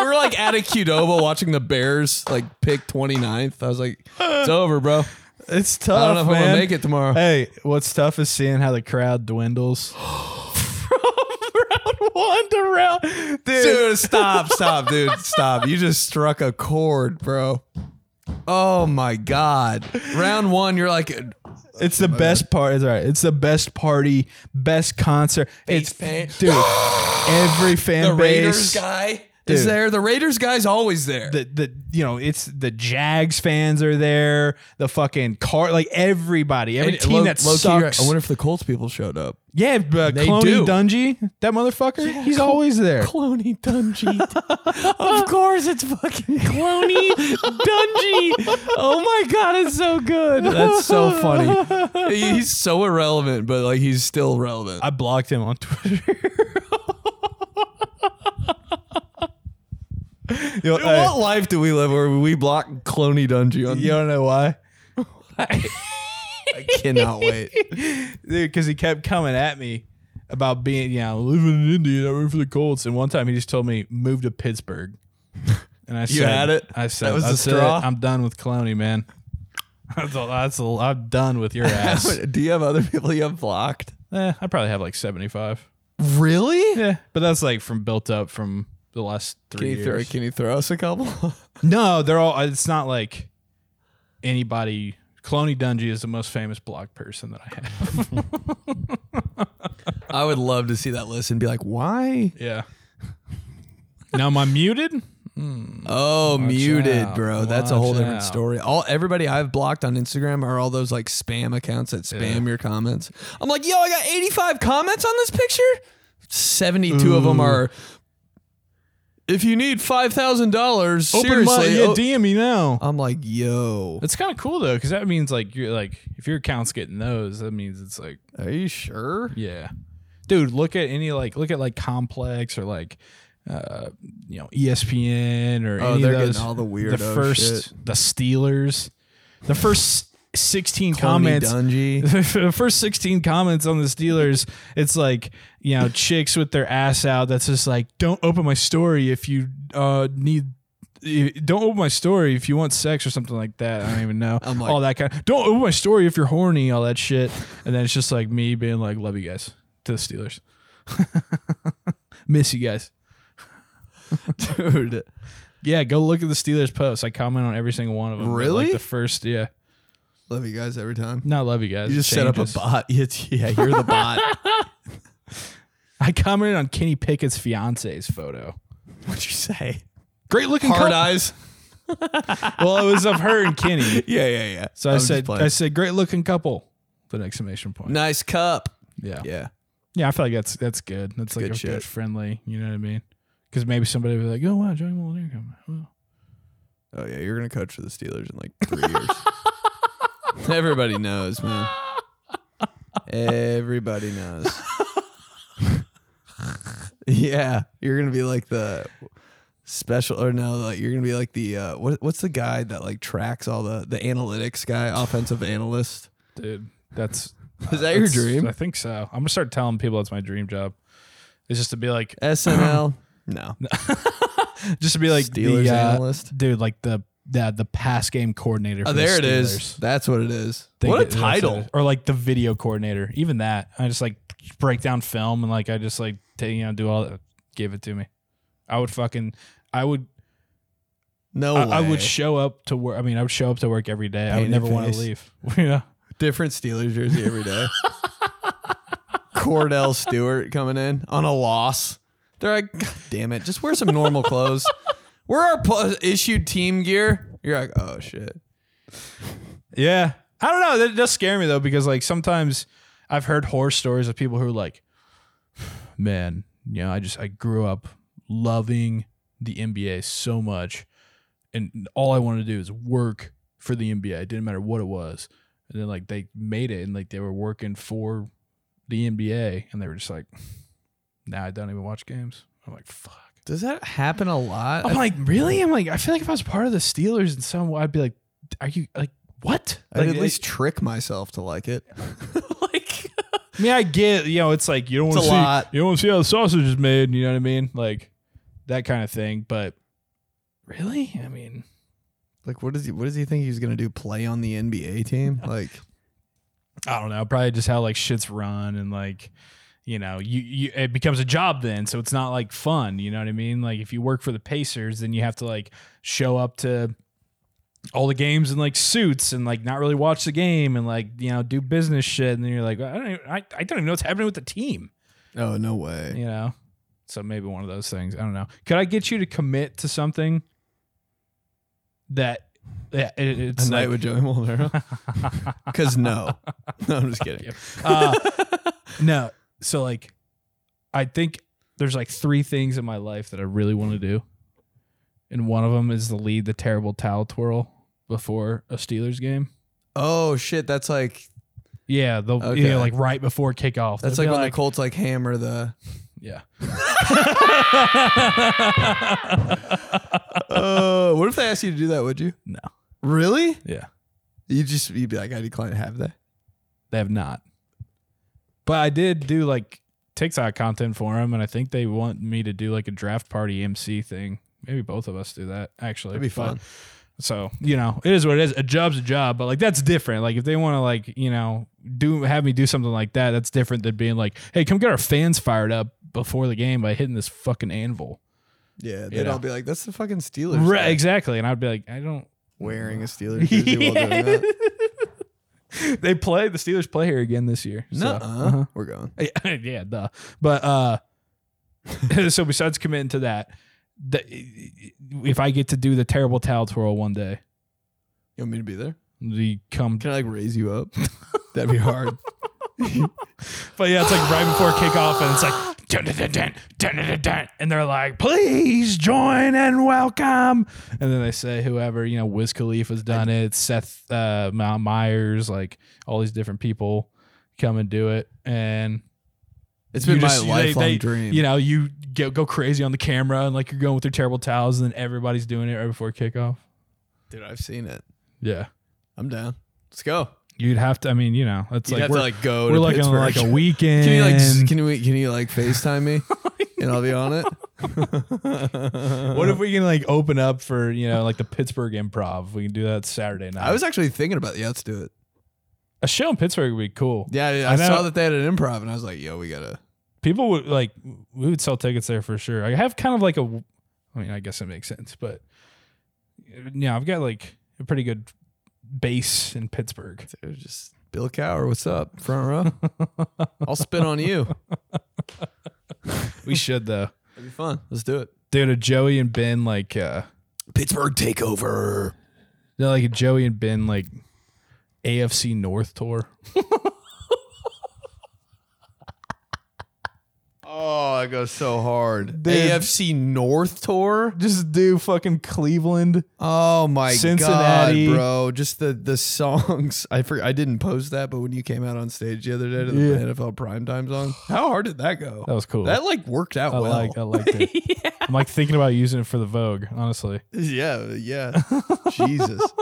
[SPEAKER 1] we were like at a Qdoba watching the Bears like pick 29th. I was like, it's over, bro.
[SPEAKER 2] It's tough.
[SPEAKER 1] I don't know if I'm gonna make it tomorrow.
[SPEAKER 2] Oh, Hey, what's tough is seeing how the crowd dwindles.
[SPEAKER 1] From round one to round, dude. Stop, stop, dude, stop. You just struck a chord, bro. Oh my god. Round one, you're like,
[SPEAKER 2] It's the best part. It's all right. It's the best party, best concert. It's
[SPEAKER 1] paint.
[SPEAKER 2] dude. every fan
[SPEAKER 1] the Raiders
[SPEAKER 2] base.
[SPEAKER 1] guy is
[SPEAKER 2] Dude.
[SPEAKER 1] there. The Raiders guy's always there.
[SPEAKER 2] the, the you know it's the Jags fans are there the fucking car like everybody every
[SPEAKER 1] And
[SPEAKER 2] team
[SPEAKER 1] low-
[SPEAKER 2] that
[SPEAKER 1] low-key,
[SPEAKER 2] sucks
[SPEAKER 1] I wonder if the Colts people showed up.
[SPEAKER 2] yeah uh,
[SPEAKER 1] They
[SPEAKER 2] Cloney
[SPEAKER 1] do.
[SPEAKER 2] Dungy that motherfucker he's
[SPEAKER 1] Col-
[SPEAKER 2] always there
[SPEAKER 1] Cloney Dungy. of course, it's fucking Cloney Dungy. Oh my god, it's so good. That's so funny. He's so irrelevant, but like he's still relevant.
[SPEAKER 2] I blocked him on Twitter Yo,
[SPEAKER 1] Dude,
[SPEAKER 2] hey,
[SPEAKER 1] what life do we live where we block Cloney Dungy on?
[SPEAKER 2] you don't know why
[SPEAKER 1] I cannot wait.
[SPEAKER 2] because he kept coming at me about being, you know, living in India, I root for the Colts. And one time he just told me, move to Pittsburgh. And I
[SPEAKER 1] You
[SPEAKER 2] said,
[SPEAKER 1] had it?
[SPEAKER 2] I said,
[SPEAKER 1] That was
[SPEAKER 2] I
[SPEAKER 1] the
[SPEAKER 2] said,
[SPEAKER 1] straw?
[SPEAKER 2] I'm done with Clowney, man. That's all. That's all. I'm done with your ass.
[SPEAKER 1] do you have other people you have blocked?
[SPEAKER 2] Eh, I probably have like 75.
[SPEAKER 1] Really?
[SPEAKER 2] Yeah, but that's like from built up from the last
[SPEAKER 1] Can
[SPEAKER 2] three
[SPEAKER 1] you, throw,
[SPEAKER 2] years.
[SPEAKER 1] can you throw us a couple?
[SPEAKER 2] No, they're all. uh, It's not like anybody. Cloney Dungy is the most famous blog person that I have.
[SPEAKER 1] I would love to see that list and be like, why?
[SPEAKER 2] yeah. Now am I muted?
[SPEAKER 1] Oh, muted,
[SPEAKER 2] out.
[SPEAKER 1] bro. That's a
[SPEAKER 2] Watch
[SPEAKER 1] whole different
[SPEAKER 2] out.
[SPEAKER 1] story. All everybody I've blocked on Instagram are all those like spam accounts that spam your comments. I'm like, yo, I got 85 comments on this picture. 72 of them are. If you need five thousand dollars,
[SPEAKER 2] Open my
[SPEAKER 1] seriously,
[SPEAKER 2] yeah,
[SPEAKER 1] oh-
[SPEAKER 2] DM me now.
[SPEAKER 1] I'm like, yo,
[SPEAKER 2] That's kind of cool though, because that means like you're like if your account's getting those, that means it's like
[SPEAKER 1] are you sure?
[SPEAKER 2] yeah, dude. Look at any like look at like complex or like uh you know ESPN or
[SPEAKER 1] Oh,
[SPEAKER 2] any
[SPEAKER 1] they're
[SPEAKER 2] of
[SPEAKER 1] getting
[SPEAKER 2] those.
[SPEAKER 1] all the
[SPEAKER 2] the
[SPEAKER 1] weirdo
[SPEAKER 2] first the Steelers, the first sixteen
[SPEAKER 1] Tony
[SPEAKER 2] comments.
[SPEAKER 1] Dungy.
[SPEAKER 2] the first 16 comments on the Steelers, it's like, you know, chicks with their ass out that's just like, don't open my story if you uh, need. i- Don't open my story if you want sex or something like that. I don't even know.
[SPEAKER 1] I'm like-
[SPEAKER 2] all that kind. don't open my story if you're horny. All that shit. And then it's just like me being like, "Love you guys" to the Steelers. Miss you guys.
[SPEAKER 1] Dude,
[SPEAKER 2] Yeah, go look at the Steelers posts. I comment on every single one of them. Like,
[SPEAKER 1] Really?
[SPEAKER 2] the first, yeah.
[SPEAKER 1] love you guys every time.
[SPEAKER 2] Not love you guys.
[SPEAKER 1] You
[SPEAKER 2] It
[SPEAKER 1] just set up a
[SPEAKER 2] changes.
[SPEAKER 1] bot. Yeah, yeah, you're the bot.
[SPEAKER 2] I commented on Kenny Pickett's fiance's photo.
[SPEAKER 1] What'd you say?
[SPEAKER 2] Great looking
[SPEAKER 1] Hard
[SPEAKER 2] couple.
[SPEAKER 1] eyes.
[SPEAKER 2] Well, it was of her and Kenny.
[SPEAKER 1] Yeah, yeah, yeah.
[SPEAKER 2] So
[SPEAKER 1] I'm
[SPEAKER 2] I
[SPEAKER 1] just
[SPEAKER 2] said,
[SPEAKER 1] playing.
[SPEAKER 2] I said, great looking couple. With an exclamation point.
[SPEAKER 1] nice cup.
[SPEAKER 2] Yeah. yeah,
[SPEAKER 1] Yeah.
[SPEAKER 2] I feel like that's that's good. That's like
[SPEAKER 1] Good
[SPEAKER 2] a
[SPEAKER 1] shit.
[SPEAKER 2] good friendly. You know what I mean? Because maybe somebody would be like, oh wow, Johnny Mullinaire coming. Wow.
[SPEAKER 1] Oh yeah, you're gonna coach for the Steelers in like three years. Everybody knows, man. Everybody knows. yeah, you're gonna be like the special, or no, like you're gonna be like the uh, what, what's the guy that like tracks all the the analytics guy, offensive analyst.
[SPEAKER 2] dude, that's
[SPEAKER 1] Is that your
[SPEAKER 2] that's-
[SPEAKER 1] dream?
[SPEAKER 2] I think so. I'm gonna start telling people that's my dream job. It's just to be like,
[SPEAKER 1] SNL? No.
[SPEAKER 2] just to be like
[SPEAKER 1] Steelers
[SPEAKER 2] the, uh,
[SPEAKER 1] analyst?
[SPEAKER 2] dude, like the the the pass game coordinator. For
[SPEAKER 1] Oh,
[SPEAKER 2] the
[SPEAKER 1] there it
[SPEAKER 2] Steelers.
[SPEAKER 1] is. That's what it is.
[SPEAKER 2] They
[SPEAKER 1] what a
[SPEAKER 2] get- that's
[SPEAKER 1] title.
[SPEAKER 2] it. Or like the video coordinator. Even that. I just like break down film and like I just like ta- you know do all that. Give it to me. I would fucking. I would.
[SPEAKER 1] No
[SPEAKER 2] I, I
[SPEAKER 1] way.
[SPEAKER 2] would show up to work. I mean, I would show up to work every day. I
[SPEAKER 1] Pain
[SPEAKER 2] would
[SPEAKER 1] in
[SPEAKER 2] never
[SPEAKER 1] the
[SPEAKER 2] want
[SPEAKER 1] face.
[SPEAKER 2] to leave. yeah.
[SPEAKER 1] different Steelers jersey every day. Cordell Stewart coming in on a loss. They're like, God damn it, just wear some normal clothes. Wear our pl- issued team gear. You're like, oh shit.
[SPEAKER 2] Yeah. I don't know. That does scare me though, because like sometimes I've heard horror stories of people who are like, man, you know, I just, I grew up loving the NBA so much. And all I wanted to do is work for the NBA. It didn't matter what it was. And then like they made it and like they were working for the NBA and they were just like, now I don't even watch games. I'm like, fuck.
[SPEAKER 1] Does that happen a lot?
[SPEAKER 2] I'm like, really? I'm like, I feel like if I was part of the Steelers in some way, I'd be like, are you like, what?
[SPEAKER 1] I'd
[SPEAKER 2] Like,
[SPEAKER 1] at least trick myself to like it. like,
[SPEAKER 2] I mean, I get you know, it's like you don't
[SPEAKER 1] It's
[SPEAKER 2] want to
[SPEAKER 1] a
[SPEAKER 2] see
[SPEAKER 1] lot.
[SPEAKER 2] you don't want to see how the sausage is made. You know what I mean? Like that kind of thing. But really, I mean,
[SPEAKER 1] like what does he? What does he think he's gonna do? Play on the NBA team? Like,
[SPEAKER 2] I don't know. Probably just how like shits run and like you know, you, you it becomes a job then, so it's not like fun. You know what I mean? Like if you work for the Pacers, then you have to like show up to all the games in like suits and like not really watch the game and like you know do business shit and then you're like I don't even, I, I don't even know what's happening with the team.
[SPEAKER 1] oh no way.
[SPEAKER 2] you know so maybe one of those things i don't know could i get you to commit to something that yeah, it,
[SPEAKER 1] A
[SPEAKER 2] it's
[SPEAKER 1] night
[SPEAKER 2] like,
[SPEAKER 1] with Joey Molero? Because no, no, I'm just kidding.
[SPEAKER 2] uh, no so like i think there's like three things in my life that i really want to do and one of them is to lead the terrible towel twirl before a steelers game
[SPEAKER 1] Oh shit, that's like
[SPEAKER 2] yeah the
[SPEAKER 1] Okay.
[SPEAKER 2] yeah like right before kickoff
[SPEAKER 1] that's
[SPEAKER 2] They'll
[SPEAKER 1] like
[SPEAKER 2] be
[SPEAKER 1] when the Colts like hammer the
[SPEAKER 2] yeah
[SPEAKER 1] Uh, what if they asked you to do that? Would you?
[SPEAKER 2] No.
[SPEAKER 1] Really?
[SPEAKER 2] yeah
[SPEAKER 1] You just you'd be like, I decline to have that.
[SPEAKER 2] They have not. But I did do like TikTok content for them, and I think they want me to do like a draft party MC thing. Maybe both of us do that actually.
[SPEAKER 1] That'd be fun.
[SPEAKER 2] But, So you know, it is what it is. A job's a job, but like that's different. Like if they want to like you know do have me do something like that, that's different than being like, hey, come get our fans fired up before the game by hitting this fucking anvil.
[SPEAKER 1] Yeah, they'd
[SPEAKER 2] You know.
[SPEAKER 1] all be like, "That's the fucking Steelers."
[SPEAKER 2] Right,
[SPEAKER 1] guy
[SPEAKER 2] exactly. And I'd be like, I don't.
[SPEAKER 1] Wearing a Steelers jersey while doing that.
[SPEAKER 2] they play the Steelers play here again this year. so-
[SPEAKER 1] No,
[SPEAKER 2] Uh-huh.
[SPEAKER 1] we're going.
[SPEAKER 2] Yeah, yeah, duh. But uh, so besides committing to that, the, if I get to do the terrible towel twirl one day,
[SPEAKER 1] You want me to be there?
[SPEAKER 2] the come
[SPEAKER 1] Can I like raise you up? That'd be hard.
[SPEAKER 2] But yeah, it's like right before kickoff, and it's like dun dun dun dun dun dun, dun dun, and they're like, "Please join and welcome." And then they say whoever you know, Wiz Khalifa's done it, Seth uh, Mount Myers, like all these different people come and do it, and
[SPEAKER 1] It's been
[SPEAKER 2] you
[SPEAKER 1] my
[SPEAKER 2] just- they-
[SPEAKER 1] lifelong
[SPEAKER 2] they-
[SPEAKER 1] dream.
[SPEAKER 2] You know, you go, go crazy on the camera, and like you're going with your terrible towels, and then everybody's doing it right before kickoff.
[SPEAKER 1] dude, I've seen it.
[SPEAKER 2] Yeah,
[SPEAKER 1] I'm down. Let's go.
[SPEAKER 2] you'd have to. I mean, you know, it's
[SPEAKER 1] You
[SPEAKER 2] like
[SPEAKER 1] have
[SPEAKER 2] we're,
[SPEAKER 1] to like go.
[SPEAKER 2] we're
[SPEAKER 1] to
[SPEAKER 2] looking
[SPEAKER 1] Pittsburgh.
[SPEAKER 2] like a weekend.
[SPEAKER 1] Can you like? s- Can we? Can you like Facetime me? and I'll be on it.
[SPEAKER 2] What if we can like open up for you know like the Pittsburgh Improv? We can do that Saturday night.
[SPEAKER 1] I was actually thinking about yeah, let's do it.
[SPEAKER 2] a show in Pittsburgh would be cool.
[SPEAKER 1] Yeah, I,
[SPEAKER 2] I
[SPEAKER 1] I
[SPEAKER 2] know.
[SPEAKER 1] saw that they had an improv, and I was like, yo, we gotta.
[SPEAKER 2] people would like we would sell tickets there for sure. I have kind of like a, I mean I guess it makes sense, but yeah, I've got like a pretty good base in Pittsburgh.
[SPEAKER 1] It was just Bill Cower, what's up, front row? I'll spit on you.
[SPEAKER 2] We should though.
[SPEAKER 1] It'd be fun. Let's do it.
[SPEAKER 2] Dude, a Joey and Ben like uh,
[SPEAKER 1] Pittsburgh takeover.
[SPEAKER 2] they're like a Joey and Ben like AFC North tour.
[SPEAKER 1] Oh, that goes so hard.
[SPEAKER 2] Dude.
[SPEAKER 1] AFC North tour.
[SPEAKER 2] Just do fucking Cleveland.
[SPEAKER 1] Oh my
[SPEAKER 2] Cincinnati.
[SPEAKER 1] god, bro! Just the the songs. I for, I didn't post that, but when you came out on stage the other day to the
[SPEAKER 2] Yeah.
[SPEAKER 1] NFL primetime song, how hard did that go?
[SPEAKER 2] That was cool.
[SPEAKER 1] That like worked out
[SPEAKER 2] I
[SPEAKER 1] well.
[SPEAKER 2] like I liked it. I'm like thinking about using it for the Vogue, honestly.
[SPEAKER 1] yeah, yeah. Jesus.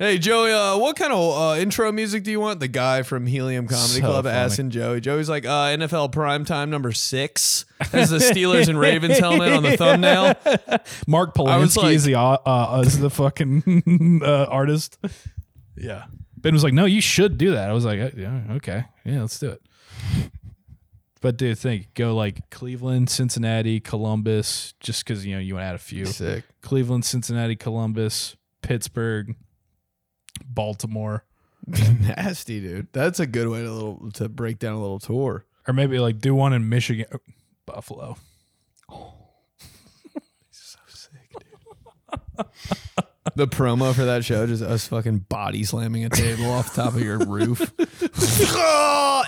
[SPEAKER 1] Hey Joey, uh, what kind of uh, intro music do you want? The guy from Helium Comedy
[SPEAKER 2] So
[SPEAKER 1] Club
[SPEAKER 2] funny.
[SPEAKER 1] asking Joey. Joey's like, uh, NFL primetime number six has the Steelers and Ravens helmet on the thumbnail.
[SPEAKER 2] Mark
[SPEAKER 1] I was
[SPEAKER 2] Polanski
[SPEAKER 1] like-
[SPEAKER 2] is the uh, uh, is the fucking uh, artist. Yeah. Ben was like, "No, you should do that." I was like, "Uh, "Yeah, okay, yeah, let's do it." But dude, think go like Cleveland, Cincinnati, Columbus, just because you know you want to add a few.
[SPEAKER 1] Sick.
[SPEAKER 2] Cleveland, Cincinnati, Columbus, Pittsburgh, Baltimore,
[SPEAKER 1] Nasty, dude. That's a good way to little to break down a little tour.
[SPEAKER 2] or maybe like do one in Michigan, oh, Buffalo.
[SPEAKER 1] The promo for that show just us fucking body slamming a table off top of your roof.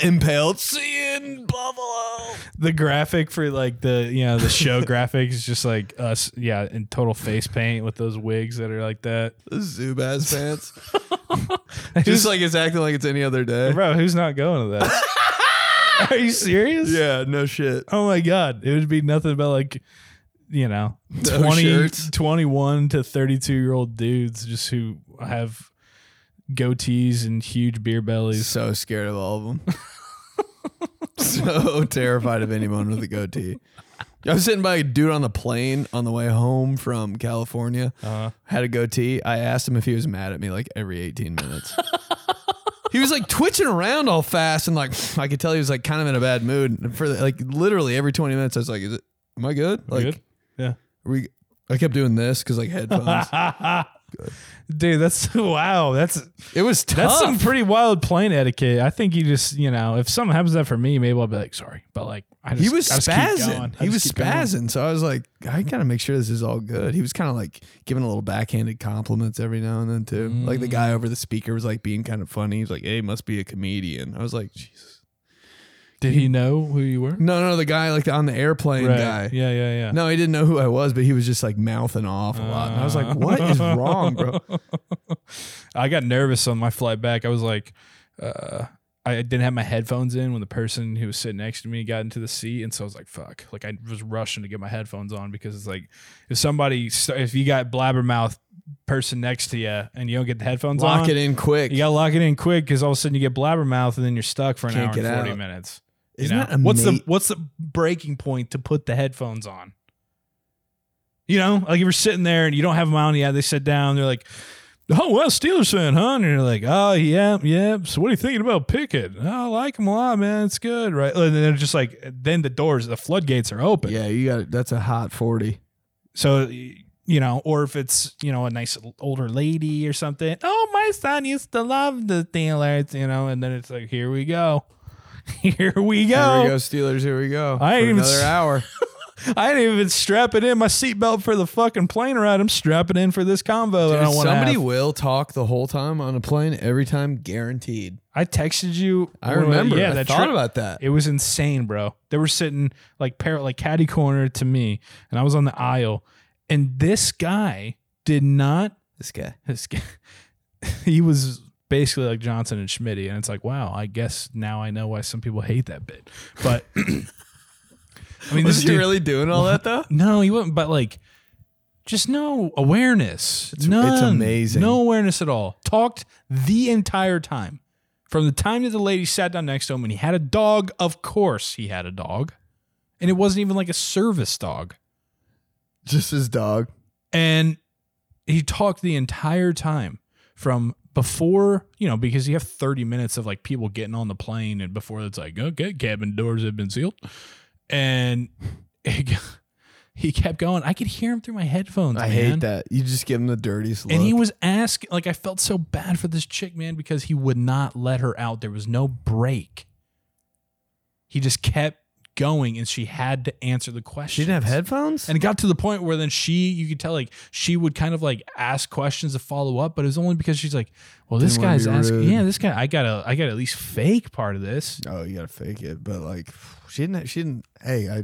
[SPEAKER 1] Impaled. See you in Buffalo.
[SPEAKER 2] the graphic for like the you know the show graphic is just like us yeah in total face paint with those wigs that are like that
[SPEAKER 1] The Zubaz pants.
[SPEAKER 2] Who's-
[SPEAKER 1] just like it's acting like it's any other day.
[SPEAKER 2] bro who's not going to that are you serious
[SPEAKER 1] Yeah, no shit.
[SPEAKER 2] oh my god it would be nothing but like you know
[SPEAKER 1] No
[SPEAKER 2] 20
[SPEAKER 1] shirts.
[SPEAKER 2] 21 to 32 year old dudes just who have goatees and huge beer bellies
[SPEAKER 1] So scared of all of them. so terrified of anyone with a goatee. I was sitting by a dude on the plane on the way home from California.
[SPEAKER 2] uh,
[SPEAKER 1] had a goatee. I asked him if he was mad at me like every 18 minutes. he was like twitching around all fast and like I could tell he was like kind of in a bad mood. And for like literally every 20 minutes, I was like, "Is it? Am I good? Like,
[SPEAKER 2] good? yeah
[SPEAKER 1] are we?" I kept doing this because like headphones.
[SPEAKER 2] dude that's wow that's
[SPEAKER 1] it was tough.
[SPEAKER 2] That's some pretty wild plane etiquette. I think you just, you know, if something happens to that for me, maybe I'll be like, sorry, but like, I just,
[SPEAKER 1] he was
[SPEAKER 2] I just keep going.
[SPEAKER 1] spazzing.
[SPEAKER 2] I
[SPEAKER 1] He was
[SPEAKER 2] just keep going.
[SPEAKER 1] spazzing. So I was like, I gotta make sure this is all good. He was kind of like giving a little backhanded compliments every now and then too. Like the
[SPEAKER 2] Mm.
[SPEAKER 1] guy over the speaker was like being kind of funny. He was like, "Hey, must be a comedian." I was like, "Jesus."
[SPEAKER 2] Did he know who you were?
[SPEAKER 1] No, no, the guy like the, on the airplane guy.
[SPEAKER 2] Yeah, yeah, yeah.
[SPEAKER 1] No, he didn't know who I was, but he was just like mouthing off a lot. And I was like, what is wrong, bro?
[SPEAKER 2] Uh. I got nervous on my flight back. I was like, uh, I didn't have my headphones in when the person who was sitting next to me got into the seat, and so I was like, "Fuck!" Like I was rushing to get my headphones on because it's like, if somebody, st- if you got blabbermouth person next to you and you don't get the headphones on,
[SPEAKER 1] Lock it in quick.
[SPEAKER 2] You gotta lock it in quick because all of a sudden you get blabbermouth and then you're stuck for an
[SPEAKER 1] Can't
[SPEAKER 2] hour and
[SPEAKER 1] get
[SPEAKER 2] forty
[SPEAKER 1] out.
[SPEAKER 2] minutes. You
[SPEAKER 1] Isn't
[SPEAKER 2] know?
[SPEAKER 1] that
[SPEAKER 2] what's the
[SPEAKER 1] ama-
[SPEAKER 2] what's the breaking point to put the headphones on? You know, like if you're sitting there and you don't have them on, yeah, they sit down. They're like, oh, well, Steelers fan, huh? And you're like, oh, yeah, yeah. So what are you thinking about Pickett? Oh, I like him a lot, man. It's good, right? And then they're just like, then the doors, the floodgates are open.
[SPEAKER 1] Yeah, you got that's a hot forty.
[SPEAKER 2] So, you know, or if it's, you know, a nice older lady or something. Oh, my son used to love the Steelers, you know, and then it's like, here we go. Here we go.
[SPEAKER 1] Here we go, Steelers. Here we go.
[SPEAKER 2] I ain't
[SPEAKER 1] For
[SPEAKER 2] even
[SPEAKER 1] another
[SPEAKER 2] s-
[SPEAKER 1] hour.
[SPEAKER 2] I didn't even strap it in my seatbelt for the fucking plane ride. I'm strapping in for this convo that I
[SPEAKER 1] Dude,
[SPEAKER 2] want to
[SPEAKER 1] somebody
[SPEAKER 2] have.
[SPEAKER 1] will talk the whole time on a plane every time, guaranteed.
[SPEAKER 2] I texted you.
[SPEAKER 1] I
[SPEAKER 2] when we-
[SPEAKER 1] remember.
[SPEAKER 2] Yeah,
[SPEAKER 1] I
[SPEAKER 2] that
[SPEAKER 1] thought
[SPEAKER 2] trip-
[SPEAKER 1] about that.
[SPEAKER 2] It was insane, bro. They were sitting like par- like catty corner to me, and I was on the aisle, and this guy did not.
[SPEAKER 1] This guy.
[SPEAKER 2] This guy, he was basically like Johnson and Schmitty, and it's like, wow. I guess now I know why some people hate that bit. But I mean,
[SPEAKER 1] Was
[SPEAKER 2] this
[SPEAKER 1] he
[SPEAKER 2] dude,
[SPEAKER 1] really doing all that though?
[SPEAKER 2] No, he wouldn't. But like, just no awareness. It's, None.
[SPEAKER 1] amazing.
[SPEAKER 2] No awareness at all. Talked the entire time, from the time that the lady sat down next to him, and he had a dog. Of course, he had a dog, and it wasn't even like a service dog.
[SPEAKER 1] Just his dog.
[SPEAKER 2] And he talked the entire time from before, you know, because you have 30 minutes of like people getting on the plane and before it's like, okay, cabin doors have been sealed. And he, g- he kept going. I could hear him through my headphones.
[SPEAKER 1] I
[SPEAKER 2] man.
[SPEAKER 1] hate that. You just give him the dirtiest look.
[SPEAKER 2] And he was asking, like, I felt so bad for this chick, man, because he would not let her out. There was no break. He just kept going and she had to answer the
[SPEAKER 1] she
[SPEAKER 2] question.
[SPEAKER 1] didn't have headphones.
[SPEAKER 2] And it got to the point where then she, you could tell, like she would kind of like ask questions to follow up, but it was only because she's like, "Well, this
[SPEAKER 1] Didn't wanna
[SPEAKER 2] guy's
[SPEAKER 1] be
[SPEAKER 2] asking,
[SPEAKER 1] rude.
[SPEAKER 2] yeah, this guy, I gotta, I gotta at least fake part of this."
[SPEAKER 1] oh, you gotta fake it. But like, she didn't. She didn't. Hey, I.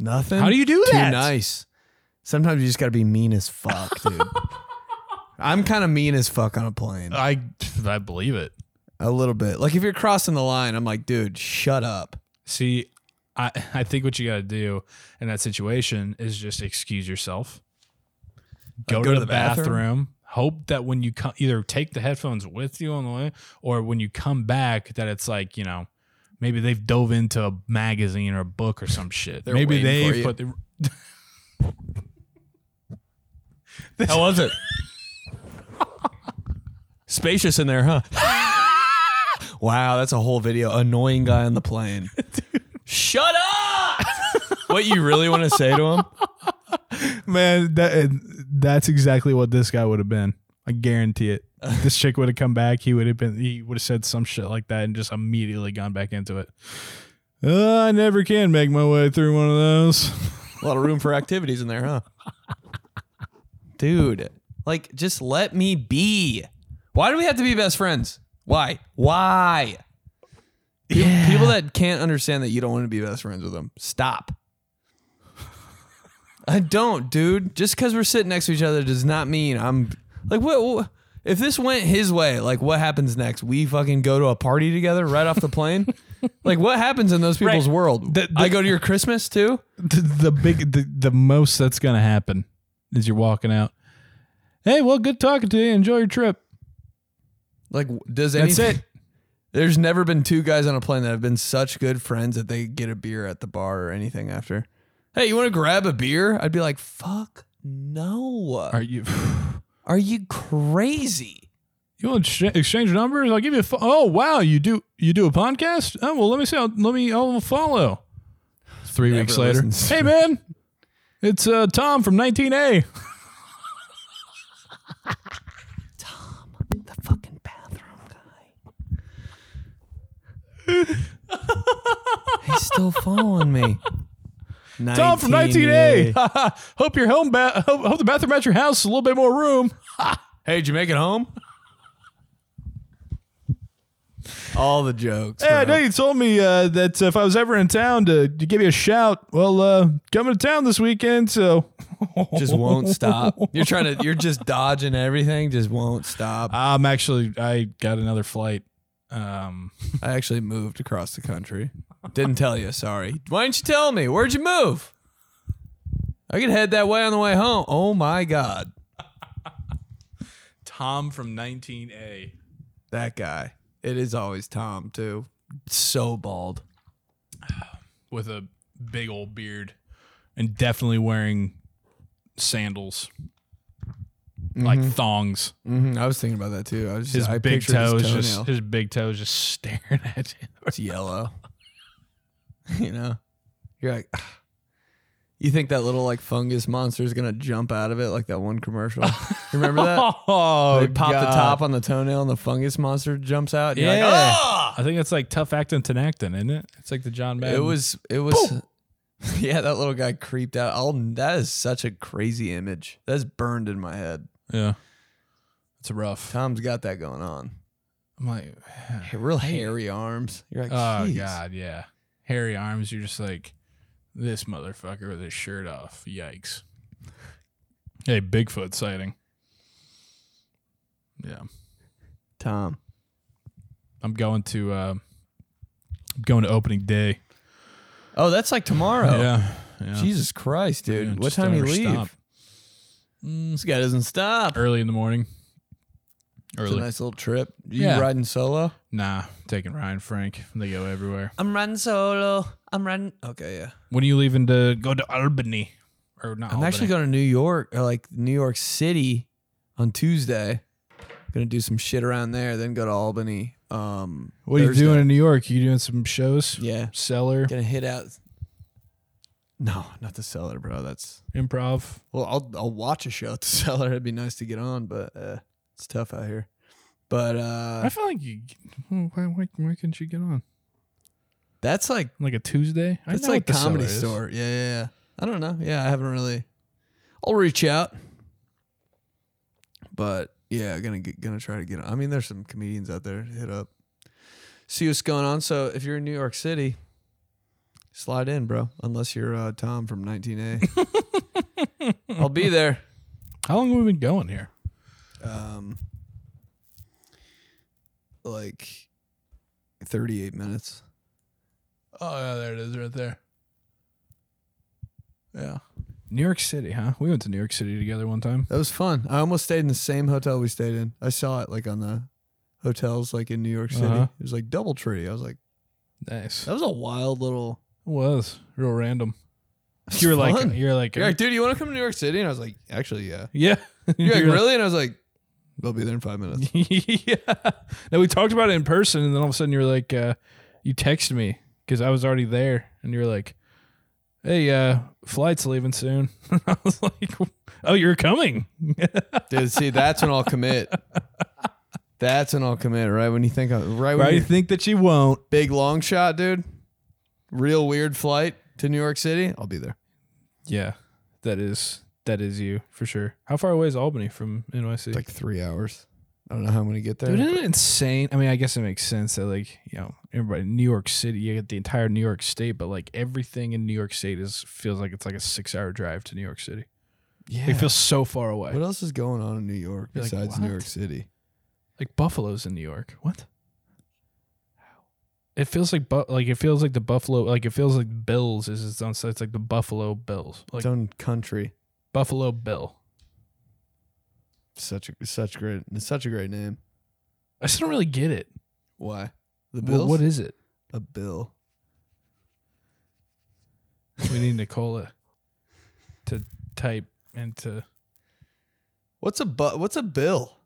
[SPEAKER 1] Nothing.
[SPEAKER 2] How do you do
[SPEAKER 1] too
[SPEAKER 2] that?
[SPEAKER 1] nice. Sometimes you just gotta be mean as fuck, dude. I'm kind of mean as fuck on a plane.
[SPEAKER 2] I, I believe it.
[SPEAKER 1] A little bit. Like if you're crossing the line, I'm like, dude, shut up.
[SPEAKER 2] See, I, I think what you gotta do in that situation is just excuse yourself, go, to, the, bathroom. Hope that when you come, either take the headphones with you on the way, or when you come back, that it's like you know, maybe they've dove into a magazine or a book or some shit.
[SPEAKER 1] They're
[SPEAKER 2] maybe
[SPEAKER 1] waiting for
[SPEAKER 2] they
[SPEAKER 1] you.
[SPEAKER 2] put the.
[SPEAKER 1] How was it? Spacious in there, huh? wow, that's a whole video. Annoying guy on the plane. Shut up! what you really want to say to him?
[SPEAKER 2] Man, that that's exactly what this guy would have been. I guarantee it. This chick would have come back. He would have been. He would have said some shit like that and just immediately gone back into it. Uh, I never can make my way through one of those.
[SPEAKER 1] A lot of room for activities in there, huh? Dude, like, just let me be. Why do we have to be best friends? Why? Why? Pe- People that can't understand that you don't want to be best friends with them, stop. I don't, dude. Just because we're sitting next to each other does not mean I'm like, what, what? If this went his way, like, what happens next? We fucking go to a party together right off the plane? like, what happens in those people's
[SPEAKER 2] Right.
[SPEAKER 1] world?
[SPEAKER 2] The- the-
[SPEAKER 1] I go to your Christmas too?
[SPEAKER 2] The, the big, the, the most that's gonna happen is you're walking out. Hey, well, good talking to you. Enjoy your trip.
[SPEAKER 1] Like, w- does
[SPEAKER 2] That's
[SPEAKER 1] anything?
[SPEAKER 2] it.
[SPEAKER 1] There's never been two guys on a plane that have been such good friends that they get a beer at the bar or anything after. Hey, you want to grab a beer? I'd be like, fuck no.
[SPEAKER 2] Are you?
[SPEAKER 1] Are you crazy?
[SPEAKER 2] You want to excha- exchange numbers? I'll give you a. Fo- oh wow, you do you do a podcast? Oh well, let me see. I'll, let me. I'll follow. Three
[SPEAKER 1] Never
[SPEAKER 2] weeks later.
[SPEAKER 1] listens.
[SPEAKER 2] Hey man, it's uh, Tom from 19A.
[SPEAKER 1] The fucking bathroom guy. He's still following me.
[SPEAKER 2] Tom from 19A. hope your home. Ba- hope, hope the bathroom at your house is a little bit more room.
[SPEAKER 1] Hey, did you make it home? All the jokes.
[SPEAKER 2] Hey, I know
[SPEAKER 1] bro.
[SPEAKER 2] you told me uh, that if I was ever in town to, to give you a shout. Well, uh, coming to town this weekend, so
[SPEAKER 1] just won't stop. You're trying to. You're just dodging everything. Just won't stop.
[SPEAKER 2] I'm actually I got another flight. Um,
[SPEAKER 1] I actually moved across the country. Didn't tell you. Sorry. Why didn't you tell me? Where'd you move? I could head that way on the way home. Oh my god,
[SPEAKER 2] Tom from 19A.
[SPEAKER 1] that guy. It is always Tom too. So bald.
[SPEAKER 2] with a big old beard and definitely wearing sandals, like thongs.
[SPEAKER 1] Mhm, I was thinking about that too. I was just,
[SPEAKER 2] Mm-hmm, His
[SPEAKER 1] Mm-hmm. I
[SPEAKER 2] big
[SPEAKER 1] pictured
[SPEAKER 2] toes,
[SPEAKER 1] his
[SPEAKER 2] just
[SPEAKER 1] toenail.
[SPEAKER 2] his big toes, just staring at you.
[SPEAKER 1] it's yellow. you know, you're like, "Ah." you think that little like fungus monster is gonna jump out of it like that one commercial? You remember that?
[SPEAKER 2] Oh,
[SPEAKER 1] Uh, they pop the
[SPEAKER 2] God.
[SPEAKER 1] top on the toenail and the fungus monster jumps out. and you're like,
[SPEAKER 2] Yeah.
[SPEAKER 1] "Ah!"
[SPEAKER 2] I think that's like tough acting tenactin, isn't it? It's like the John Madden.
[SPEAKER 1] it was it was. Yeah, that little guy creeped out. All that is such a crazy image. That's burned in my head.
[SPEAKER 2] yeah. It's rough.
[SPEAKER 1] Tom's got that going on.
[SPEAKER 2] I'm like,
[SPEAKER 1] Hey, real hairy arms. You're like,
[SPEAKER 2] oh
[SPEAKER 1] "Jeez."
[SPEAKER 2] God, yeah. Hairy arms. You're just like this motherfucker with his shirt off. Yikes. Hey, Bigfoot sighting. Yeah,
[SPEAKER 1] Tom.
[SPEAKER 2] I'm going to. Uh, I'm going to opening day.
[SPEAKER 1] Oh, that's like tomorrow.
[SPEAKER 2] Yeah. yeah.
[SPEAKER 1] Jesus Christ, dude.
[SPEAKER 2] Yeah,
[SPEAKER 1] what
[SPEAKER 2] just
[SPEAKER 1] time you
[SPEAKER 2] don't
[SPEAKER 1] leave?
[SPEAKER 2] ever stop.
[SPEAKER 1] This guy doesn't stop.
[SPEAKER 2] Early in the morning.
[SPEAKER 1] It's a
[SPEAKER 2] Early.
[SPEAKER 1] nice little trip. You
[SPEAKER 2] Yeah.
[SPEAKER 1] riding solo?
[SPEAKER 2] Nah, taking Ryan Frank. They go everywhere.
[SPEAKER 1] I'm riding solo. I'm riding. Okay, yeah.
[SPEAKER 2] When are you leaving to go to Albany? Or not?
[SPEAKER 1] I'm actually
[SPEAKER 2] Albany.
[SPEAKER 1] going to New York, or like New York City, on Tuesday. Going to do some shit around there, then go to Albany. Um,
[SPEAKER 2] What are you
[SPEAKER 1] Thursday.
[SPEAKER 2] doing in New York? You doing some shows?
[SPEAKER 1] Yeah,
[SPEAKER 2] Cellar,
[SPEAKER 1] gonna hit out. No, not the cellar, bro. That's
[SPEAKER 2] improv.
[SPEAKER 1] Well, I'll I'll watch a show at the cellar. It'd be nice to get on, but uh, it's tough out here. But
[SPEAKER 2] I
[SPEAKER 1] uh,
[SPEAKER 2] feel like you. hmm, Why, why, why couldn't you get on?
[SPEAKER 1] that's like
[SPEAKER 2] Like a Tuesday? I
[SPEAKER 1] that's
[SPEAKER 2] know
[SPEAKER 1] like
[SPEAKER 2] what the Cellar
[SPEAKER 1] comedy
[SPEAKER 2] is.
[SPEAKER 1] store. Yeah, yeah, yeah. I don't know. Yeah, I haven't really. I'll reach out, but yeah, gonna get, gonna try to get. on. I mean, there's some comedians out there. to Hit up, see what's going on. So if you're in New York City, slide in, bro. Unless you're uh, Tom from 19A, I'll be there.
[SPEAKER 2] How long have we been going here?
[SPEAKER 1] um, like 38 minutes.
[SPEAKER 2] Oh, yeah, there it is right there. Yeah. New York City, huh? We went to New York City together one time.
[SPEAKER 1] That was fun. I almost stayed in the same hotel we stayed in. I saw it like on the hotels like in New York City.
[SPEAKER 2] Uh-huh.
[SPEAKER 1] It was like Doubletree. I was like,
[SPEAKER 2] Nice.
[SPEAKER 1] that was a wild little.
[SPEAKER 2] was real random.
[SPEAKER 1] It's
[SPEAKER 2] You were like,
[SPEAKER 1] fun.
[SPEAKER 2] you were like,
[SPEAKER 1] You're like, dude, you want to come to New York City? And I was like, actually, yeah.
[SPEAKER 2] yeah.
[SPEAKER 1] You're like,
[SPEAKER 2] You're
[SPEAKER 1] really? And I was like, they'll be there in five minutes.
[SPEAKER 2] yeah. No, we talked about it in person, and then all of a sudden you were like, uh, you texted me because I was already there, and you were like, "Hey, uh, flight's leaving soon." I was like, "Oh, you're coming."
[SPEAKER 1] Dude, see, that's when I'll commit. That's when I'll commit, right? When you think, of, right? When
[SPEAKER 2] Why do you
[SPEAKER 1] you're-
[SPEAKER 2] think that you won't?
[SPEAKER 1] big long shot, dude. Real weird flight to New York City. I'll be there.
[SPEAKER 2] Yeah, that is that is you for sure. How far away is Albany from NYC?
[SPEAKER 1] It's like three hours. I don't know how I'm gonna get there.
[SPEAKER 2] Dude, isn't it insane? I mean, I guess it makes sense that like you know everybody New York City, you get the entire New York State, but like everything in New York State is feels like it's like a six hour drive to New York City.
[SPEAKER 1] yeah.
[SPEAKER 2] It feels so far away.
[SPEAKER 1] what else is going on in New York
[SPEAKER 2] You're like,
[SPEAKER 1] besides New
[SPEAKER 2] what?
[SPEAKER 1] York City?
[SPEAKER 2] Like Buffalo's in New York. What? It feels like bu- like it feels like the Buffalo like it feels like Bills is its own. So it's like the Buffalo Bills, like
[SPEAKER 1] its own country.
[SPEAKER 2] Buffalo Bill.
[SPEAKER 1] Such a such great it's such a great name.
[SPEAKER 2] I just don't really get it.
[SPEAKER 1] Why? The
[SPEAKER 2] Well,
[SPEAKER 1] Bills?
[SPEAKER 2] what is it?
[SPEAKER 1] a bill?
[SPEAKER 2] We need Nicola to type into.
[SPEAKER 1] What's a bu- what's a bill?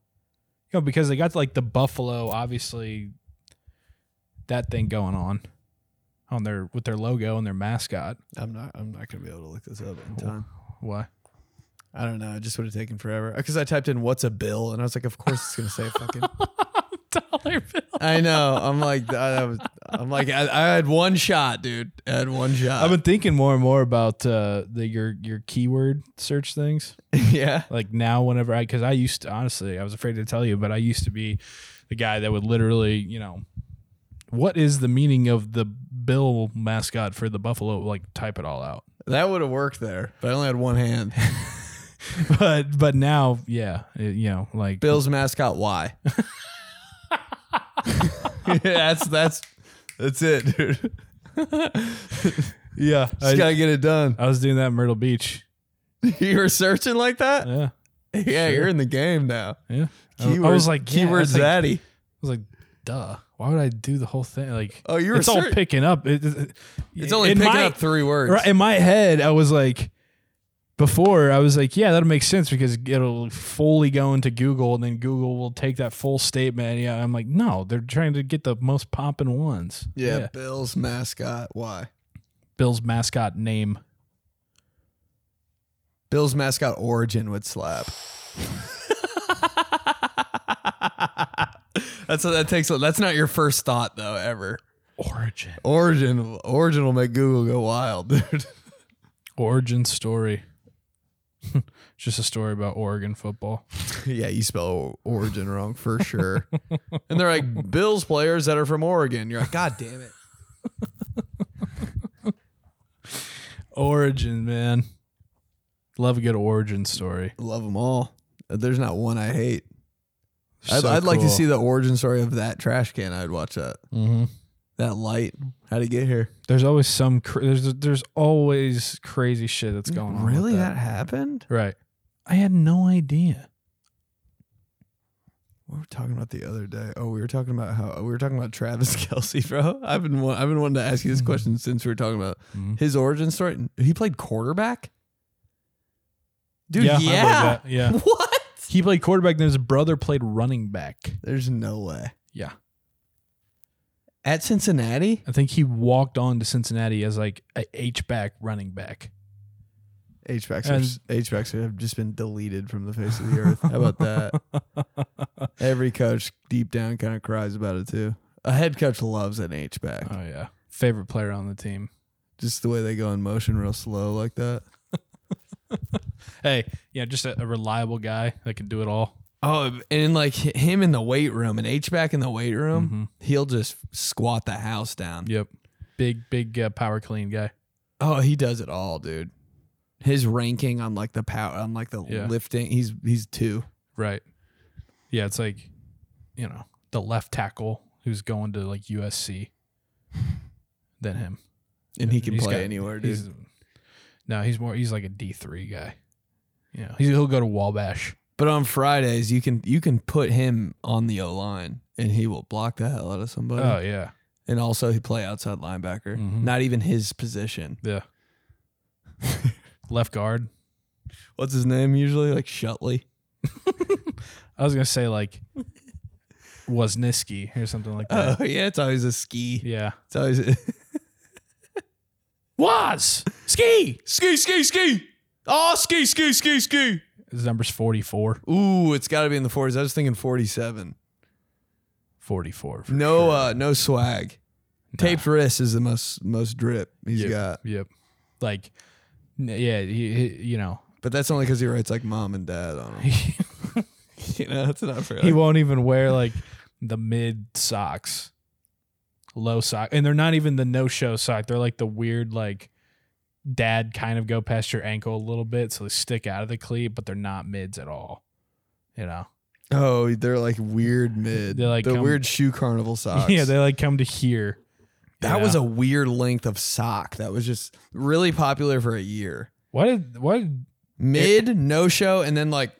[SPEAKER 2] You know, because they got like the Buffalo, obviously, that thing going on on their with their logo and their mascot.
[SPEAKER 1] I'm not I'm not gonna be able to look this up in time.
[SPEAKER 2] Why?
[SPEAKER 1] I don't know. It just would have taken forever. Because I typed in what's a bill and I was like, of course it's gonna say fucking
[SPEAKER 2] Dollar bill.
[SPEAKER 1] I know. I'm like, I, I was, I'm like, I, I had one shot, dude. I had one
[SPEAKER 2] I've
[SPEAKER 1] shot.
[SPEAKER 2] been thinking more and more about uh, the your your keyword search things.
[SPEAKER 1] yeah.
[SPEAKER 2] Like now, whenever I because I used to honestly, I was afraid to tell you, but I used to be the guy that would literally, you know, what is the meaning of the bill mascot for the buffalo? Like type it all out.
[SPEAKER 1] That would have worked there, but I only had one hand.
[SPEAKER 2] But but now, yeah, it- you know, like
[SPEAKER 1] Bill's mascot. Why? that's that's that's it, dude.
[SPEAKER 2] yeah,
[SPEAKER 1] Just
[SPEAKER 2] I,
[SPEAKER 1] gotta get it done.
[SPEAKER 2] I was doing that in Myrtle Beach.
[SPEAKER 1] you were searching like that.
[SPEAKER 2] Yeah,
[SPEAKER 1] Yeah, you're in the game now.
[SPEAKER 2] yeah. I- I was like yeah, I
[SPEAKER 1] keyword
[SPEAKER 2] was like-
[SPEAKER 1] zaddy.
[SPEAKER 2] I was like, duh. Why would I do the whole thing? Like,
[SPEAKER 1] Oh, you were
[SPEAKER 2] it's all
[SPEAKER 1] ser-
[SPEAKER 2] picking up. It- it-
[SPEAKER 1] It's only
[SPEAKER 2] in
[SPEAKER 1] picking
[SPEAKER 2] my-
[SPEAKER 1] up three words.
[SPEAKER 2] Right, in my head, I was like, before I was like, yeah, that'll make sense because it'll fully go into Google and then Google will take that full statement. Yeah, I'm like, no, they're trying to get the most popping ones.
[SPEAKER 1] Yeah, Bill's mascot. Why?
[SPEAKER 2] Bill's mascot name.
[SPEAKER 1] Bill's mascot origin would slap. that's what that takes. That's not your first thought though ever.
[SPEAKER 2] Origin.
[SPEAKER 1] Origin. Origin will make Google go wild, dude.
[SPEAKER 2] Origin story. Just a story about Oregon football.
[SPEAKER 1] yeah, you spell origin wrong for sure. and they're like Bills players that are from Oregon. You're like, God damn it.
[SPEAKER 2] Origin, man. Love a good origin story.
[SPEAKER 1] Love them all. There's not one I hate. I'd,
[SPEAKER 2] So
[SPEAKER 1] I'd like to
[SPEAKER 2] cool.
[SPEAKER 1] see the origin story of that trash can. I'd watch that.
[SPEAKER 2] Mhm.
[SPEAKER 1] That light. How'd it get here?
[SPEAKER 2] There's always some. Cra- there's there's always crazy shit that's going on. with
[SPEAKER 1] Really?
[SPEAKER 2] that.
[SPEAKER 1] That happened?
[SPEAKER 2] Right. I had no idea.
[SPEAKER 1] What were we talking about the other day? Oh, we were talking about how we were talking about Travis Kelsey, bro. I've been wa- I've been wanting to ask you this question since we were talking about
[SPEAKER 2] Mhm.
[SPEAKER 1] his origin story. He played quarterback, dude. Yeah,
[SPEAKER 2] I believe that. yeah.
[SPEAKER 1] what?
[SPEAKER 2] He played quarterback. Then his brother played running back.
[SPEAKER 1] There's no way
[SPEAKER 2] Yeah.
[SPEAKER 1] at Cincinnati.
[SPEAKER 2] I think he walked on to Cincinnati as like a H back running back.
[SPEAKER 1] H backs are s- H backs have just been deleted from the face of the earth. How about that? Every coach deep down kind of cries about it too. A head coach loves an H back.
[SPEAKER 2] Oh yeah. Favorite player on the team.
[SPEAKER 1] Just the way they go in motion real slow like that.
[SPEAKER 2] Hey, yeah, just a, a reliable guy that can do it all.
[SPEAKER 1] Oh, and like h- him in the weight room, an H back in the weight room, he'll just squat the house down.
[SPEAKER 2] Mm-hmm. Yep. Big, big uh, power clean guy.
[SPEAKER 1] Oh, he does it all, dude. His ranking on like the power, on like the
[SPEAKER 2] Yeah.
[SPEAKER 1] lifting, he's he's two.
[SPEAKER 2] Right. Yeah, it's like, you know, the left tackle who's going to like USC. than him.
[SPEAKER 1] And he can
[SPEAKER 2] He's
[SPEAKER 1] play
[SPEAKER 2] got-
[SPEAKER 1] anywhere,
[SPEAKER 2] He's,
[SPEAKER 1] dude.
[SPEAKER 2] no, he's more. He's like a D three guy. You know, he's, he'll go to Wabash.
[SPEAKER 1] But on Fridays, you can you can put him on the O line, and he will block the hell out of somebody.
[SPEAKER 2] Oh yeah,
[SPEAKER 1] And also, he play outside linebacker.
[SPEAKER 2] Mhm.
[SPEAKER 1] Not even his position.
[SPEAKER 2] yeah. Left guard.
[SPEAKER 1] What's his name usually? Like Shutley.
[SPEAKER 2] I was gonna say like Wozniski or something like that.
[SPEAKER 1] Oh yeah, it's always a ski.
[SPEAKER 2] yeah,
[SPEAKER 1] It's always
[SPEAKER 2] Woz ski.
[SPEAKER 1] ski, ski, ski. Oh, ski, ski, ski, ski.
[SPEAKER 2] His number's 44.
[SPEAKER 1] Ooh, it's got to be in the 40s. I was thinking 47.
[SPEAKER 2] 44. for
[SPEAKER 1] No,
[SPEAKER 2] sure.
[SPEAKER 1] uh, no swag. Taped wrist is the most most drip he's
[SPEAKER 2] yep.
[SPEAKER 1] got,
[SPEAKER 2] Yep. Like, n- yeah, he, he, you know,
[SPEAKER 1] but that's only because he writes like mom and dad on him.
[SPEAKER 2] he
[SPEAKER 1] you know, that's not fair.
[SPEAKER 2] won't even wear like the mid socks, low sock, and they're not even the no show sock. They're like the weird like. Dad kind of go past your ankle a little bit, so they stick out of the cleat, but they're not mids at all. You know,
[SPEAKER 1] oh, they're like weird mid.
[SPEAKER 2] They're,
[SPEAKER 1] They're
[SPEAKER 2] like,
[SPEAKER 1] the
[SPEAKER 2] come-
[SPEAKER 1] weird shoe carnival socks.
[SPEAKER 2] yeah, they like come to here.
[SPEAKER 1] that
[SPEAKER 2] you
[SPEAKER 1] was
[SPEAKER 2] know?
[SPEAKER 1] a weird length of sock. That was just really popular for a year.
[SPEAKER 2] Why did why did
[SPEAKER 1] Mid, no show, and then like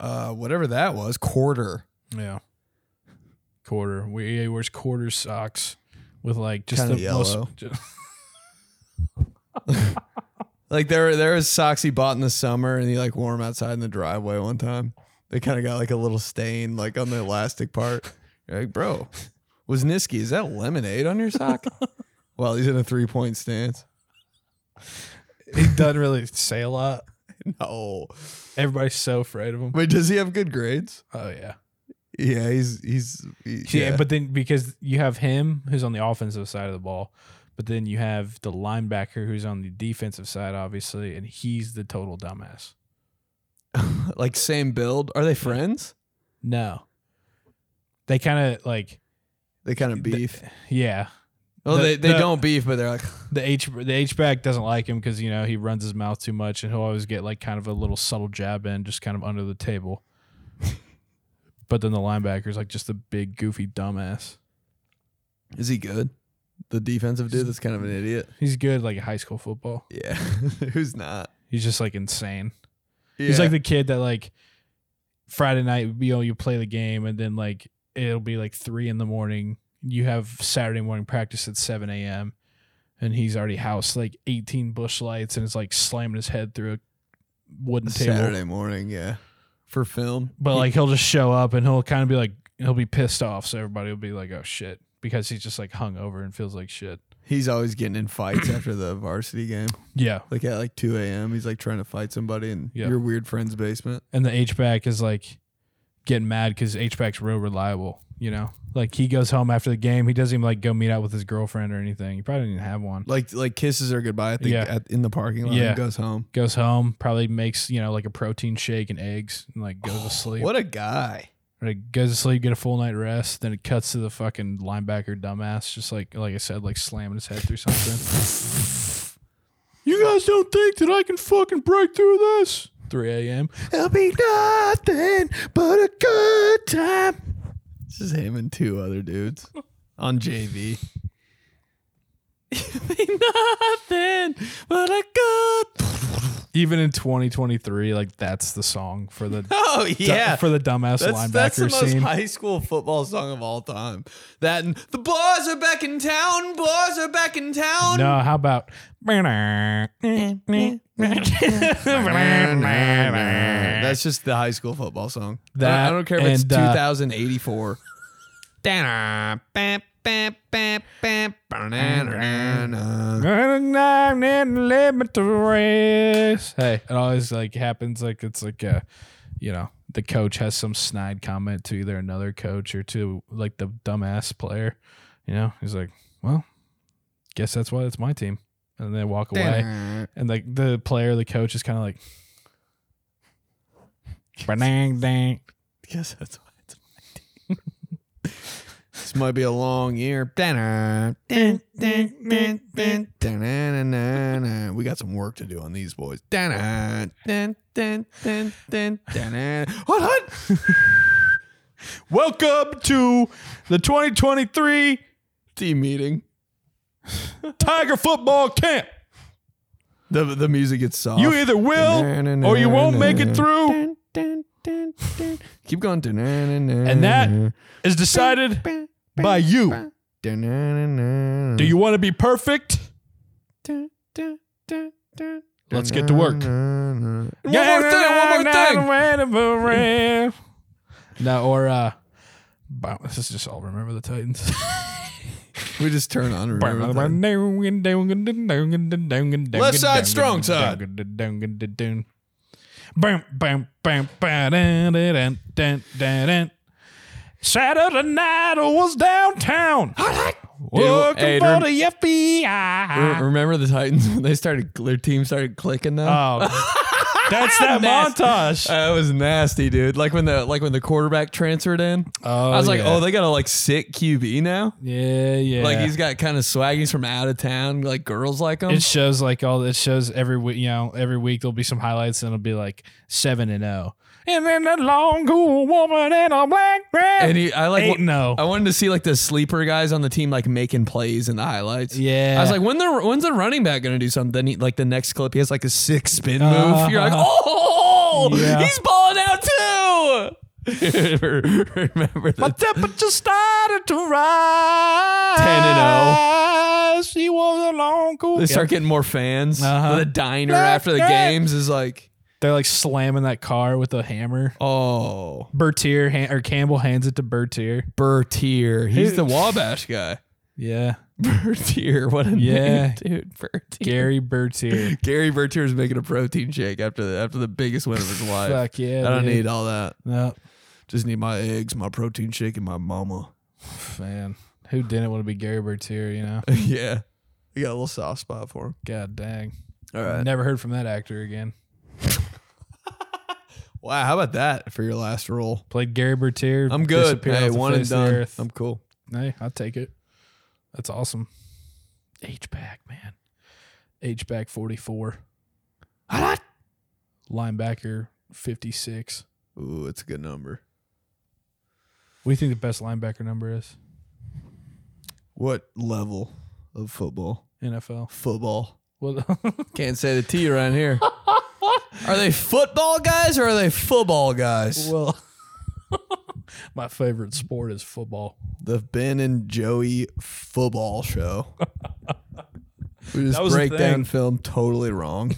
[SPEAKER 1] uh whatever that was, quarter.
[SPEAKER 2] yeah quarter? We he wears quarter socks with like just
[SPEAKER 1] Kinda
[SPEAKER 2] the
[SPEAKER 1] yellow.
[SPEAKER 2] most. Just,
[SPEAKER 1] Like there, there was socks he bought in the summer, and he like wore them outside in the driveway one time. They kind of got like a little stain, like on the elastic part. You're like, bro, was Niski? Is that lemonade on your sock? well, he's in a three point stance.
[SPEAKER 2] he doesn't really say a lot.
[SPEAKER 1] No,
[SPEAKER 2] Everybody's so afraid of him.
[SPEAKER 1] wait, does he have good grades?
[SPEAKER 2] Oh yeah.
[SPEAKER 1] Yeah, he's he's he-
[SPEAKER 2] yeah, but then because you have him who's on the offensive side of the ball, but then you have the linebacker who's on the defensive side, obviously, and he's the total dumbass.
[SPEAKER 1] like same build. Are they friends?
[SPEAKER 2] No, they kind of like
[SPEAKER 1] They kind of beef.
[SPEAKER 2] yeah.
[SPEAKER 1] well,
[SPEAKER 2] the-
[SPEAKER 1] they, they
[SPEAKER 2] the-
[SPEAKER 1] don't beef, but they're like,
[SPEAKER 2] The H the H back doesn't like him because you know he runs his mouth too much, and he'll always get like kind of a little subtle jab in, just kind of under the table. but then the linebacker's like just a big goofy dumbass.
[SPEAKER 1] is he good? The defensive dude that's kind of an idiot.
[SPEAKER 2] He's good like at high school football.
[SPEAKER 1] Yeah, who's not?
[SPEAKER 2] He's just like insane.
[SPEAKER 1] Yeah.
[SPEAKER 2] He's like the kid that like Friday night, you know, you play the game and then like it'll be like three in the morning. You have Saturday morning practice at seven a.m. and he's already housed like eighteen bush lights and is like slamming his head through a wooden table.
[SPEAKER 1] Saturday morning, yeah, for film.
[SPEAKER 2] But like he'll just show up and he'll kind of be like he'll be pissed off, so everybody will be like, "Oh shit," because he's just like hung over and feels like shit.
[SPEAKER 1] He's always getting in fights after the varsity game,
[SPEAKER 2] Yeah,
[SPEAKER 1] like at like 2 a.m. He's like trying to fight somebody in
[SPEAKER 2] Yeah.
[SPEAKER 1] your weird friend's basement.
[SPEAKER 2] and the H back is like getting mad because H back's real reliable. You know, like he goes home after the game. He doesn't even like go meet out with his girlfriend or anything. He probably didn't even have one.
[SPEAKER 1] Like like kisses are goodbye. I think
[SPEAKER 2] Yeah.
[SPEAKER 1] at, in the parking lot.
[SPEAKER 2] Yeah.
[SPEAKER 1] and goes home.
[SPEAKER 2] Goes home, probably makes you know like a protein shake and eggs, and like goes to sleep.
[SPEAKER 1] What a guy.
[SPEAKER 2] Like goes to sleep, get a full night rest. Then it cuts to the fucking linebacker dumbass, just like like I said, like slamming his head through something. you guys don't think that I can fucking break through this? 3 a.m.
[SPEAKER 1] It'll be nothing but a good time. This is him and two other dudes on JV. It'll be nothing but a good.
[SPEAKER 2] Even in 2023, like that's the song for the
[SPEAKER 1] Oh yeah,
[SPEAKER 2] for the dumbass
[SPEAKER 1] that's,
[SPEAKER 2] linebacker
[SPEAKER 1] that's the most
[SPEAKER 2] scene.
[SPEAKER 1] high school football song of all time. That and the boys are back in town. Boys are back in town.
[SPEAKER 2] no, how about
[SPEAKER 1] That's just the high school football song. I don't- I
[SPEAKER 2] That
[SPEAKER 1] don't care if it's
[SPEAKER 2] and, uh,
[SPEAKER 1] 2084.
[SPEAKER 2] Hey, it always like happens like it's like uh you know, the coach has some snide comment to either another coach or to like the dumbass player. You know, he's like, Well, guess that's why it's my team. And they walk away. And like the player, the coach is kinda like "Ba-dang, dang."
[SPEAKER 1] Guess that's why it's my team. this might be a long year. We got some work to do on these boys. What? what?
[SPEAKER 2] Welcome to the twenty twenty three
[SPEAKER 1] Team meeting.
[SPEAKER 2] Tiger football camp.
[SPEAKER 1] The the music gets soft.
[SPEAKER 2] You either will or you won't make it through.
[SPEAKER 1] Keep going.
[SPEAKER 2] And
[SPEAKER 1] And
[SPEAKER 2] that is decided by you. Do you want to be perfect? Let's get to work.
[SPEAKER 1] One more thing. One more thing.
[SPEAKER 2] thing. No, or uh, bow- this is just all remember the Titans.
[SPEAKER 1] We just turn on. Remember that.
[SPEAKER 2] Left
[SPEAKER 1] Left side, strong side.
[SPEAKER 2] Bam, bam, bam, bam, dun, dun, dun, dun, dun. Saturday night was downtown. Working
[SPEAKER 1] hey,
[SPEAKER 2] for
[SPEAKER 1] rem-
[SPEAKER 2] the
[SPEAKER 1] Re-
[SPEAKER 2] FBI.
[SPEAKER 1] Remember the Titans when they started, their team started clicking though.
[SPEAKER 2] Oh, that's that
[SPEAKER 1] Nasty.
[SPEAKER 2] montage.
[SPEAKER 1] that was nasty, dude. Like when the like when the quarterback transferred in,
[SPEAKER 2] Oh,
[SPEAKER 1] I was like,
[SPEAKER 2] yeah.
[SPEAKER 1] oh, they got a like sick QB now.
[SPEAKER 2] yeah, yeah.
[SPEAKER 1] Like he's got kind of swag. He's from out of town. Like girls like him.
[SPEAKER 2] It shows like all it shows every week. You know, every week there'll be some highlights and it'll be like seven and zero. And then a long cool woman and a black man.
[SPEAKER 1] and he, I like.
[SPEAKER 2] eight and oh. zero.
[SPEAKER 1] I wanted to see like the sleeper guys on the team like making plays in the highlights.
[SPEAKER 2] Yeah.
[SPEAKER 1] I was like, when the when's the running back gonna do something? Then he, like the next clip, he has like a six spin move. You're like,
[SPEAKER 2] Uh-huh.
[SPEAKER 1] oh,
[SPEAKER 2] Yeah.
[SPEAKER 1] he's balling out too. Remember
[SPEAKER 2] My
[SPEAKER 1] that?
[SPEAKER 2] temperature started to rise.
[SPEAKER 1] 10
[SPEAKER 2] and 0. She was a long cool.
[SPEAKER 1] oh. They start getting more fans.
[SPEAKER 2] Uh-huh.
[SPEAKER 1] The diner
[SPEAKER 2] Black
[SPEAKER 1] after the
[SPEAKER 2] man.
[SPEAKER 1] games is like,
[SPEAKER 2] They're like slamming that car with a hammer.
[SPEAKER 1] oh,
[SPEAKER 2] Bertier han- or Campbell hands it to Bertier.
[SPEAKER 1] Bertier. He's
[SPEAKER 2] Who-
[SPEAKER 1] the Wabash guy.
[SPEAKER 2] Yeah.
[SPEAKER 1] Bertier, what a
[SPEAKER 2] Yeah.
[SPEAKER 1] name, dude. Bertier.
[SPEAKER 2] Gary Bertier.
[SPEAKER 1] Gary Bertier is making a protein shake after the after the biggest win of his life.
[SPEAKER 2] Fuck yeah.
[SPEAKER 1] I don't
[SPEAKER 2] dude.
[SPEAKER 1] need all that.
[SPEAKER 2] No.
[SPEAKER 1] Just need my eggs, my protein shake, and my mama.
[SPEAKER 2] Man. Who didn't want to be Gary Bertier, you know?
[SPEAKER 1] yeah. I got a little soft spot for him.
[SPEAKER 2] God dang.
[SPEAKER 1] All right.
[SPEAKER 2] Never heard from that actor again.
[SPEAKER 1] Wow. How about that for your last roll?
[SPEAKER 2] Played Gary Bertier.
[SPEAKER 1] I'm good.
[SPEAKER 2] disappeared
[SPEAKER 1] Hey,
[SPEAKER 2] off the
[SPEAKER 1] one and
[SPEAKER 2] face of the
[SPEAKER 1] done.
[SPEAKER 2] earth.
[SPEAKER 1] I'm cool.
[SPEAKER 2] Hey, I'll take it. That's awesome. H back, man. H back 44. Linebacker 56.
[SPEAKER 1] Ooh, it's a good number.
[SPEAKER 2] What do you think the best linebacker number is?
[SPEAKER 1] What level of football?
[SPEAKER 2] NFL.
[SPEAKER 1] Football.
[SPEAKER 2] Well,
[SPEAKER 1] Can't say the T around here. are they football guys or are they football guys?
[SPEAKER 2] well my favorite sport is football.
[SPEAKER 1] The Ben and Joey football show. we just
[SPEAKER 2] was the
[SPEAKER 1] break down
[SPEAKER 2] thing.
[SPEAKER 1] film totally wrong.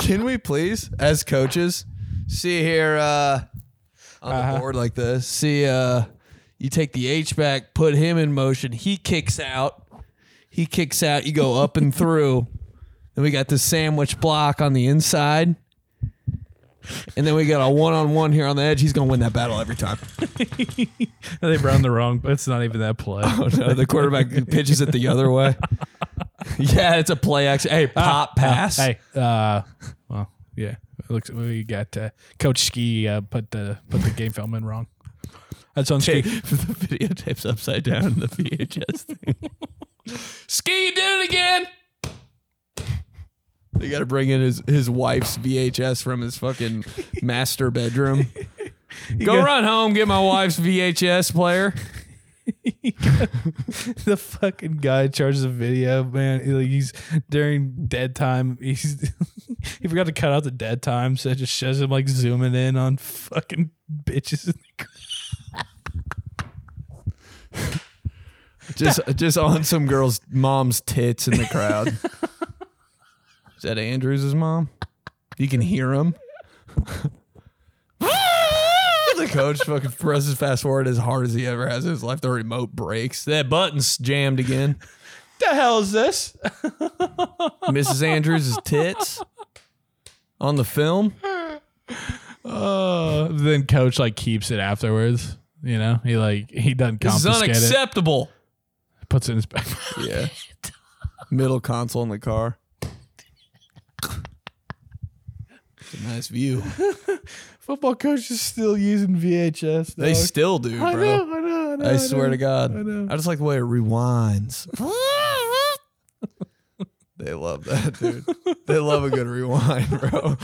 [SPEAKER 1] Can we please, as coaches, see here uh, on
[SPEAKER 2] Uh-huh.
[SPEAKER 1] the board like this? See, uh, you take the H back, put him in motion. He kicks out. He kicks out. You go up and through. Then we got the sandwich block on the inside. And then we got a one on one here on the edge. He's going to win that battle every time.
[SPEAKER 2] they run the wrong. It's not even that play.
[SPEAKER 1] Oh, no. The quarterback pitches it the other way. Yeah, it's a play action. Hey, pop pass.
[SPEAKER 2] ah, Hey, uh, well, yeah. It looks we got uh, Coach Ski uh, put the put the game film in wrong. That's on
[SPEAKER 1] Hey,
[SPEAKER 2] Ski.
[SPEAKER 1] the videotape's upside down in the VHS thing. Ski did it again. They got to bring in his, his wife's VHS from his fucking master bedroom. Go run home, get my wife's VHS player.
[SPEAKER 2] the fucking guy in charge of the video, man. he- like, he's during dead time. He's he forgot to cut out the dead time, so it just shows him like zooming in on fucking bitches. in the crowd.
[SPEAKER 1] Just just on some girl's mom's tits in the crowd. Is that Andrews' mom? You can hear him. the coach fucking presses fast forward as hard as he ever has in his life. The remote breaks. That button's jammed again.
[SPEAKER 2] the hell is this?
[SPEAKER 1] Mrs. Andrews' tits on the film.
[SPEAKER 2] Uh, then coach like keeps it afterwards. You know, he like he doesn't
[SPEAKER 1] This is
[SPEAKER 2] confiscate it.
[SPEAKER 1] unacceptable.
[SPEAKER 2] Puts it in his back.
[SPEAKER 1] Yeah. Middle console in the car. It's a nice view.
[SPEAKER 2] Football coach is still using VHS.
[SPEAKER 1] They
[SPEAKER 2] dog.
[SPEAKER 1] still do, bro.
[SPEAKER 2] I know, I know, I know.
[SPEAKER 1] I swear to God.
[SPEAKER 2] I
[SPEAKER 1] I,
[SPEAKER 2] know.
[SPEAKER 1] just like the way it rewinds. they love that, dude. They love a good rewind, bro.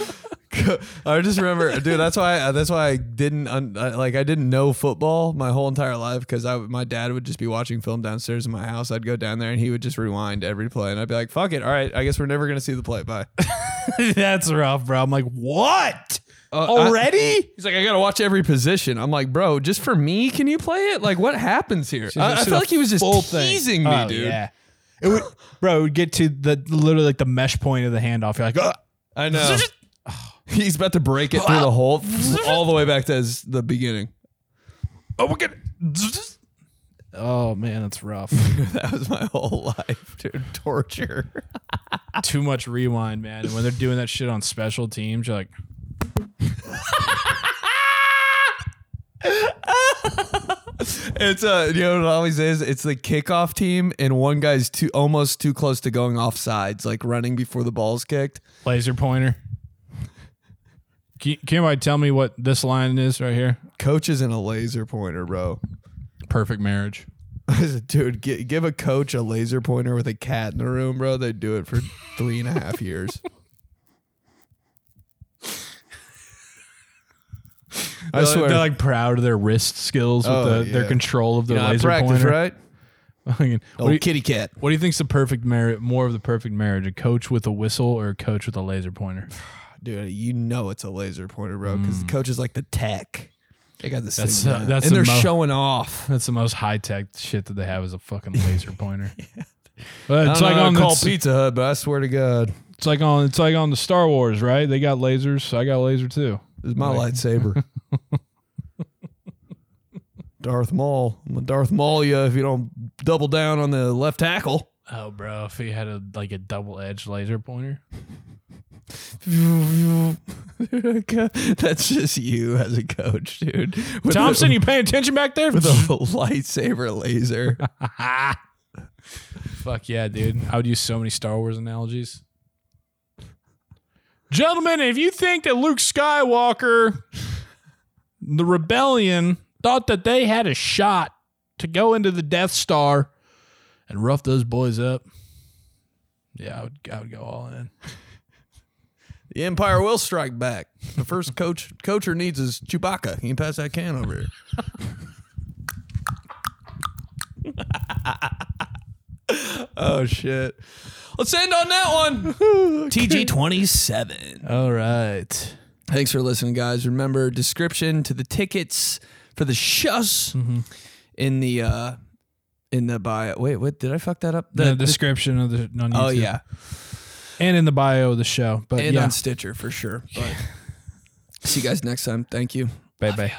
[SPEAKER 1] I just remember, dude. That's why. uh, that's why I didn't un, I- like. I didn't know football my whole entire life because I my dad would just be watching film downstairs in my house. I'd go down there and he would just rewind every play, and I'd be like, "Fuck it, all right. I guess we're never gonna see the play." Bye.
[SPEAKER 2] That's rough, bro. I'm like, what?
[SPEAKER 1] Uh, I-
[SPEAKER 2] Already?
[SPEAKER 1] He's like, I gotta watch every position. I'm like, bro, just for me, can you play it? Like, what happens here? I, I feel like he was just teasing me,
[SPEAKER 2] Oh,
[SPEAKER 1] dude.
[SPEAKER 2] Yeah. It would, bro. It would get to the literally like the mesh point of the handoff. You're like, Ugh.
[SPEAKER 1] I know. He's about to break it through the hole all the way back to his, the beginning.
[SPEAKER 2] oh, we're gonna. Oh man, that's rough.
[SPEAKER 1] That was my whole life, dude. Torture.
[SPEAKER 2] Too much rewind, man. And when they're doing that shit on special teams, you're like,
[SPEAKER 1] It's uh, you know what it always is. It's the kickoff team, and one guy's too almost too close to going off sides, like running before the ball's kicked.
[SPEAKER 2] laser pointer. Can, can anybody tell me what this line is right here?
[SPEAKER 1] Coach is in a laser pointer, bro.
[SPEAKER 2] Perfect marriage.
[SPEAKER 1] I said, Dude, gi- give a coach a laser pointer with a cat in the room, bro. They do it for three and a half years. I
[SPEAKER 2] They're like-
[SPEAKER 1] swear.
[SPEAKER 2] they're like proud of their wrist skills with
[SPEAKER 1] Oh,
[SPEAKER 2] the, their
[SPEAKER 1] yeah.
[SPEAKER 2] control of the
[SPEAKER 1] You know, I
[SPEAKER 2] laser
[SPEAKER 1] practice,
[SPEAKER 2] pointer.
[SPEAKER 1] right?
[SPEAKER 2] Fucking- what, do you,
[SPEAKER 1] kitty cat.
[SPEAKER 2] what do you think's the perfect marriage? More of the perfect marriage: a coach with a whistle or a coach with a laser pointer.
[SPEAKER 1] Dude, you know it's a laser pointer, bro, because the coach is like the tech. They got this
[SPEAKER 2] Hmm. That's,
[SPEAKER 1] thing
[SPEAKER 2] uh,
[SPEAKER 1] down.
[SPEAKER 2] that's
[SPEAKER 1] and
[SPEAKER 2] the
[SPEAKER 1] they're
[SPEAKER 2] mo-
[SPEAKER 1] showing off.
[SPEAKER 2] That's the most high tech shit that they have is a fucking laser pointer.
[SPEAKER 1] I
[SPEAKER 2] But
[SPEAKER 1] don't
[SPEAKER 2] it's
[SPEAKER 1] know
[SPEAKER 2] like
[SPEAKER 1] how to
[SPEAKER 2] on
[SPEAKER 1] call
[SPEAKER 2] the,
[SPEAKER 1] Pizza Hut, but I swear to God,
[SPEAKER 2] It's like on it's like on the Star Wars, right? They got lasers. So I got a laser too.
[SPEAKER 1] this is my lightsaber. Darth Maul, I'm gonna Darth Maul you if you don't double down on the left tackle.
[SPEAKER 2] Oh, bro! If he had a like a double edged laser pointer,
[SPEAKER 1] That's just you as a coach, dude. With
[SPEAKER 2] Thompson,
[SPEAKER 1] a,
[SPEAKER 2] you paying attention back there?
[SPEAKER 1] with a lightsaber laser.
[SPEAKER 2] Fuck yeah, dude! I would use so many Star Wars analogies. Gentlemen, if you think that Luke Skywalker, the rebellion, thought that they had a shot to go into the Death Star and rough those boys up, yeah, I would, I would go all in.
[SPEAKER 1] The Empire will strike back. The first coach coacher needs is Chewbacca. He can pass that can over here. oh shit. Let's end on that one. TG twenty seven.
[SPEAKER 2] All right.
[SPEAKER 1] Thanks for listening, guys. Remember description to the tickets for the shush
[SPEAKER 2] Mm-hmm.
[SPEAKER 1] in the uh in the bio. Wait, what did I fuck that up?
[SPEAKER 2] The, description of the on
[SPEAKER 1] oh
[SPEAKER 2] YouTube.
[SPEAKER 1] yeah.
[SPEAKER 2] and in the bio of the show. But
[SPEAKER 1] and
[SPEAKER 2] yeah,
[SPEAKER 1] on Stitcher for sure. But see you guys next time. Thank you.
[SPEAKER 2] bye bye.